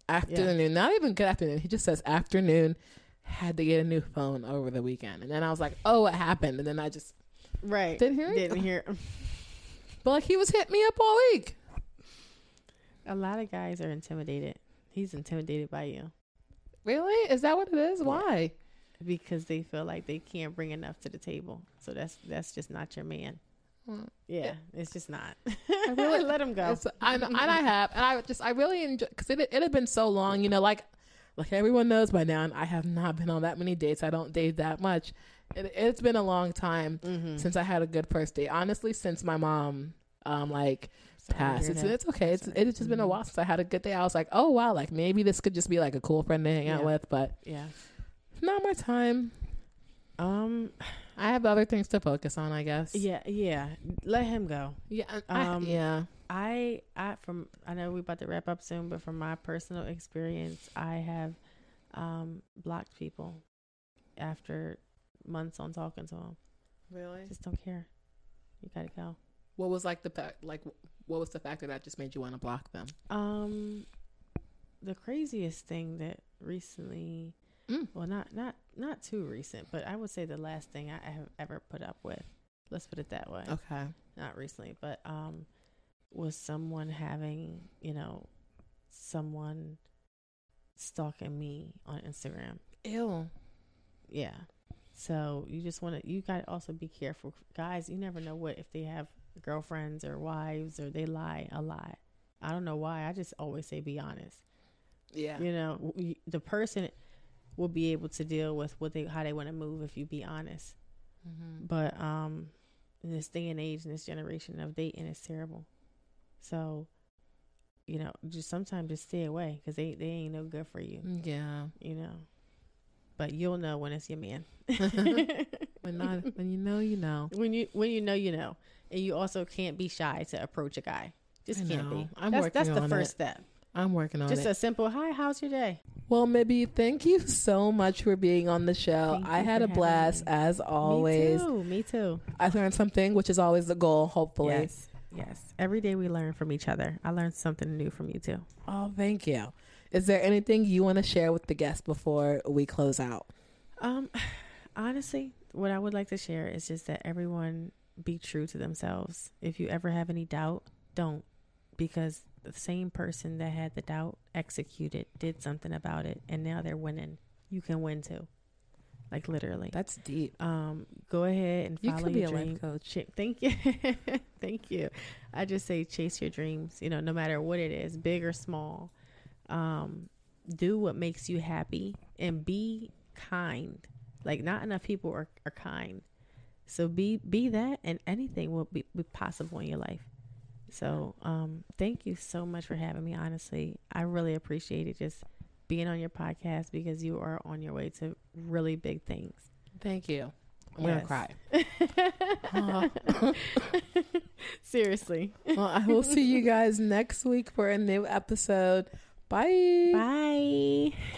[SPEAKER 2] afternoon, not even good afternoon. He just says, afternoon, had to get a new phone over the weekend. And then I was like, oh, what happened? And then I just,
[SPEAKER 3] Right.
[SPEAKER 2] Didn't hear it?
[SPEAKER 3] Didn't hear.
[SPEAKER 2] but like, he was hitting me up all week.
[SPEAKER 3] [LAUGHS] A lot of guys are intimidated. He's intimidated by you
[SPEAKER 2] Really? Is that what it is? Why?
[SPEAKER 3] because they feel like they can't bring enough to the table. So that's that's just not your man.
[SPEAKER 2] Mm.
[SPEAKER 3] Yeah, it's just not. [LAUGHS]
[SPEAKER 2] really-
[SPEAKER 3] Let him go.
[SPEAKER 2] It's- I, and I have, and I just, I really enjoy, because it, it had been so long, you know, like, like everyone knows by now, and I have not been on that many dates. I don't date that much. It, it's been a long time
[SPEAKER 3] Mm-hmm.
[SPEAKER 2] since I had a good first date. Honestly, since my mom, um, like,
[SPEAKER 3] Sorry to
[SPEAKER 2] past.
[SPEAKER 3] hear
[SPEAKER 2] It's,
[SPEAKER 3] that. mm-hmm.
[SPEAKER 2] it's okay. It's, it's just been a while since I had a good day. I was like, oh wow, like maybe this could just be like a cool friend to hang out
[SPEAKER 3] Yeah.
[SPEAKER 2] with, but
[SPEAKER 3] Yeah.
[SPEAKER 2] not my time.
[SPEAKER 3] Um.
[SPEAKER 2] I have other things to focus on, I guess.
[SPEAKER 3] Yeah. Yeah. Let him go.
[SPEAKER 2] yeah, I- I-
[SPEAKER 3] Um,
[SPEAKER 2] yeah.
[SPEAKER 3] I I from I know we about to wrap up soon, but from my personal experience, I have um blocked people after months on talking to them.
[SPEAKER 2] Really?
[SPEAKER 3] Just don't care. You gotta go.
[SPEAKER 2] What was like the fa- like what was the factor that just made you want to block them?
[SPEAKER 3] Um, the craziest thing that recently,
[SPEAKER 2] Mm.
[SPEAKER 3] well, not not not too recent, but I would say the last thing I have ever put up with. Let's put it that way.
[SPEAKER 2] Okay.
[SPEAKER 3] not recently, but um, was someone having you know, someone stalking me on Instagram?
[SPEAKER 2] Ew.
[SPEAKER 3] Yeah. So you just want to you got to also be careful, guys. You never know what if they have girlfriends or wives or they lie a lot. I don't know why. I just always say be honest.
[SPEAKER 2] Yeah.
[SPEAKER 3] You know, w- you- the person will be able to deal with what they how they want to move if you be honest.
[SPEAKER 2] Mm-hmm.
[SPEAKER 3] But um, in this day and age, in this generation of dating, it's terrible. So, you know, just sometimes just stay away because they they ain't no good for
[SPEAKER 2] Mm.
[SPEAKER 3] you.
[SPEAKER 2] Yeah.
[SPEAKER 3] You know, but you'll know when it's your man. [LAUGHS]
[SPEAKER 2] When not when you know you know.
[SPEAKER 3] when you when you know you know, and you also can't be shy to approach a guy. Just
[SPEAKER 2] I
[SPEAKER 3] can't
[SPEAKER 2] know.
[SPEAKER 3] be.
[SPEAKER 2] I'm
[SPEAKER 3] that's
[SPEAKER 2] working
[SPEAKER 3] that's the
[SPEAKER 2] on
[SPEAKER 3] first
[SPEAKER 2] it.
[SPEAKER 3] step.
[SPEAKER 2] I'm working on
[SPEAKER 3] Just
[SPEAKER 2] it.
[SPEAKER 3] a simple hi. How's your day?
[SPEAKER 2] well, Mibby, thank you so much for being on the show.
[SPEAKER 3] Thank
[SPEAKER 2] I had
[SPEAKER 3] you for
[SPEAKER 2] a
[SPEAKER 3] having
[SPEAKER 2] blast
[SPEAKER 3] me.
[SPEAKER 2] as always.
[SPEAKER 3] Me too. Me too.
[SPEAKER 2] I learned something, which is always the goal, hopefully.
[SPEAKER 3] Yes. Yes. Every day we learn from each other. I learned something new from you too.
[SPEAKER 2] Oh, thank you. Is there anything you want to share with the guests before we close out?
[SPEAKER 3] Um, [SIGHS] honestly, what I would like to share is just that everyone be true to themselves. If you ever have any doubt, don't, because the same person that had the doubt executed, did something about it, and now they're winning. You can win too. like literally.
[SPEAKER 2] That's deep.
[SPEAKER 3] Um, go ahead and
[SPEAKER 2] You
[SPEAKER 3] follow
[SPEAKER 2] could be
[SPEAKER 3] your
[SPEAKER 2] a life
[SPEAKER 3] dream.
[SPEAKER 2] coach.
[SPEAKER 3] Ch- Thank you, [LAUGHS] thank you. I just say chase your dreams. You know, no matter what it is, big or small. Um, do what makes you happy and be kind. Like not enough people are, are kind, so be be that, and anything will be, be possible in your life. So, um, thank you so much for having me. Honestly, I really appreciate it just being on your podcast because you are on your way to really big things.
[SPEAKER 2] Thank you. I'm
[SPEAKER 3] Yes.
[SPEAKER 2] gonna cry. Uh,
[SPEAKER 3] [LAUGHS] Seriously.
[SPEAKER 2] well, I will see you guys next week for a new episode. Bye.
[SPEAKER 3] Bye.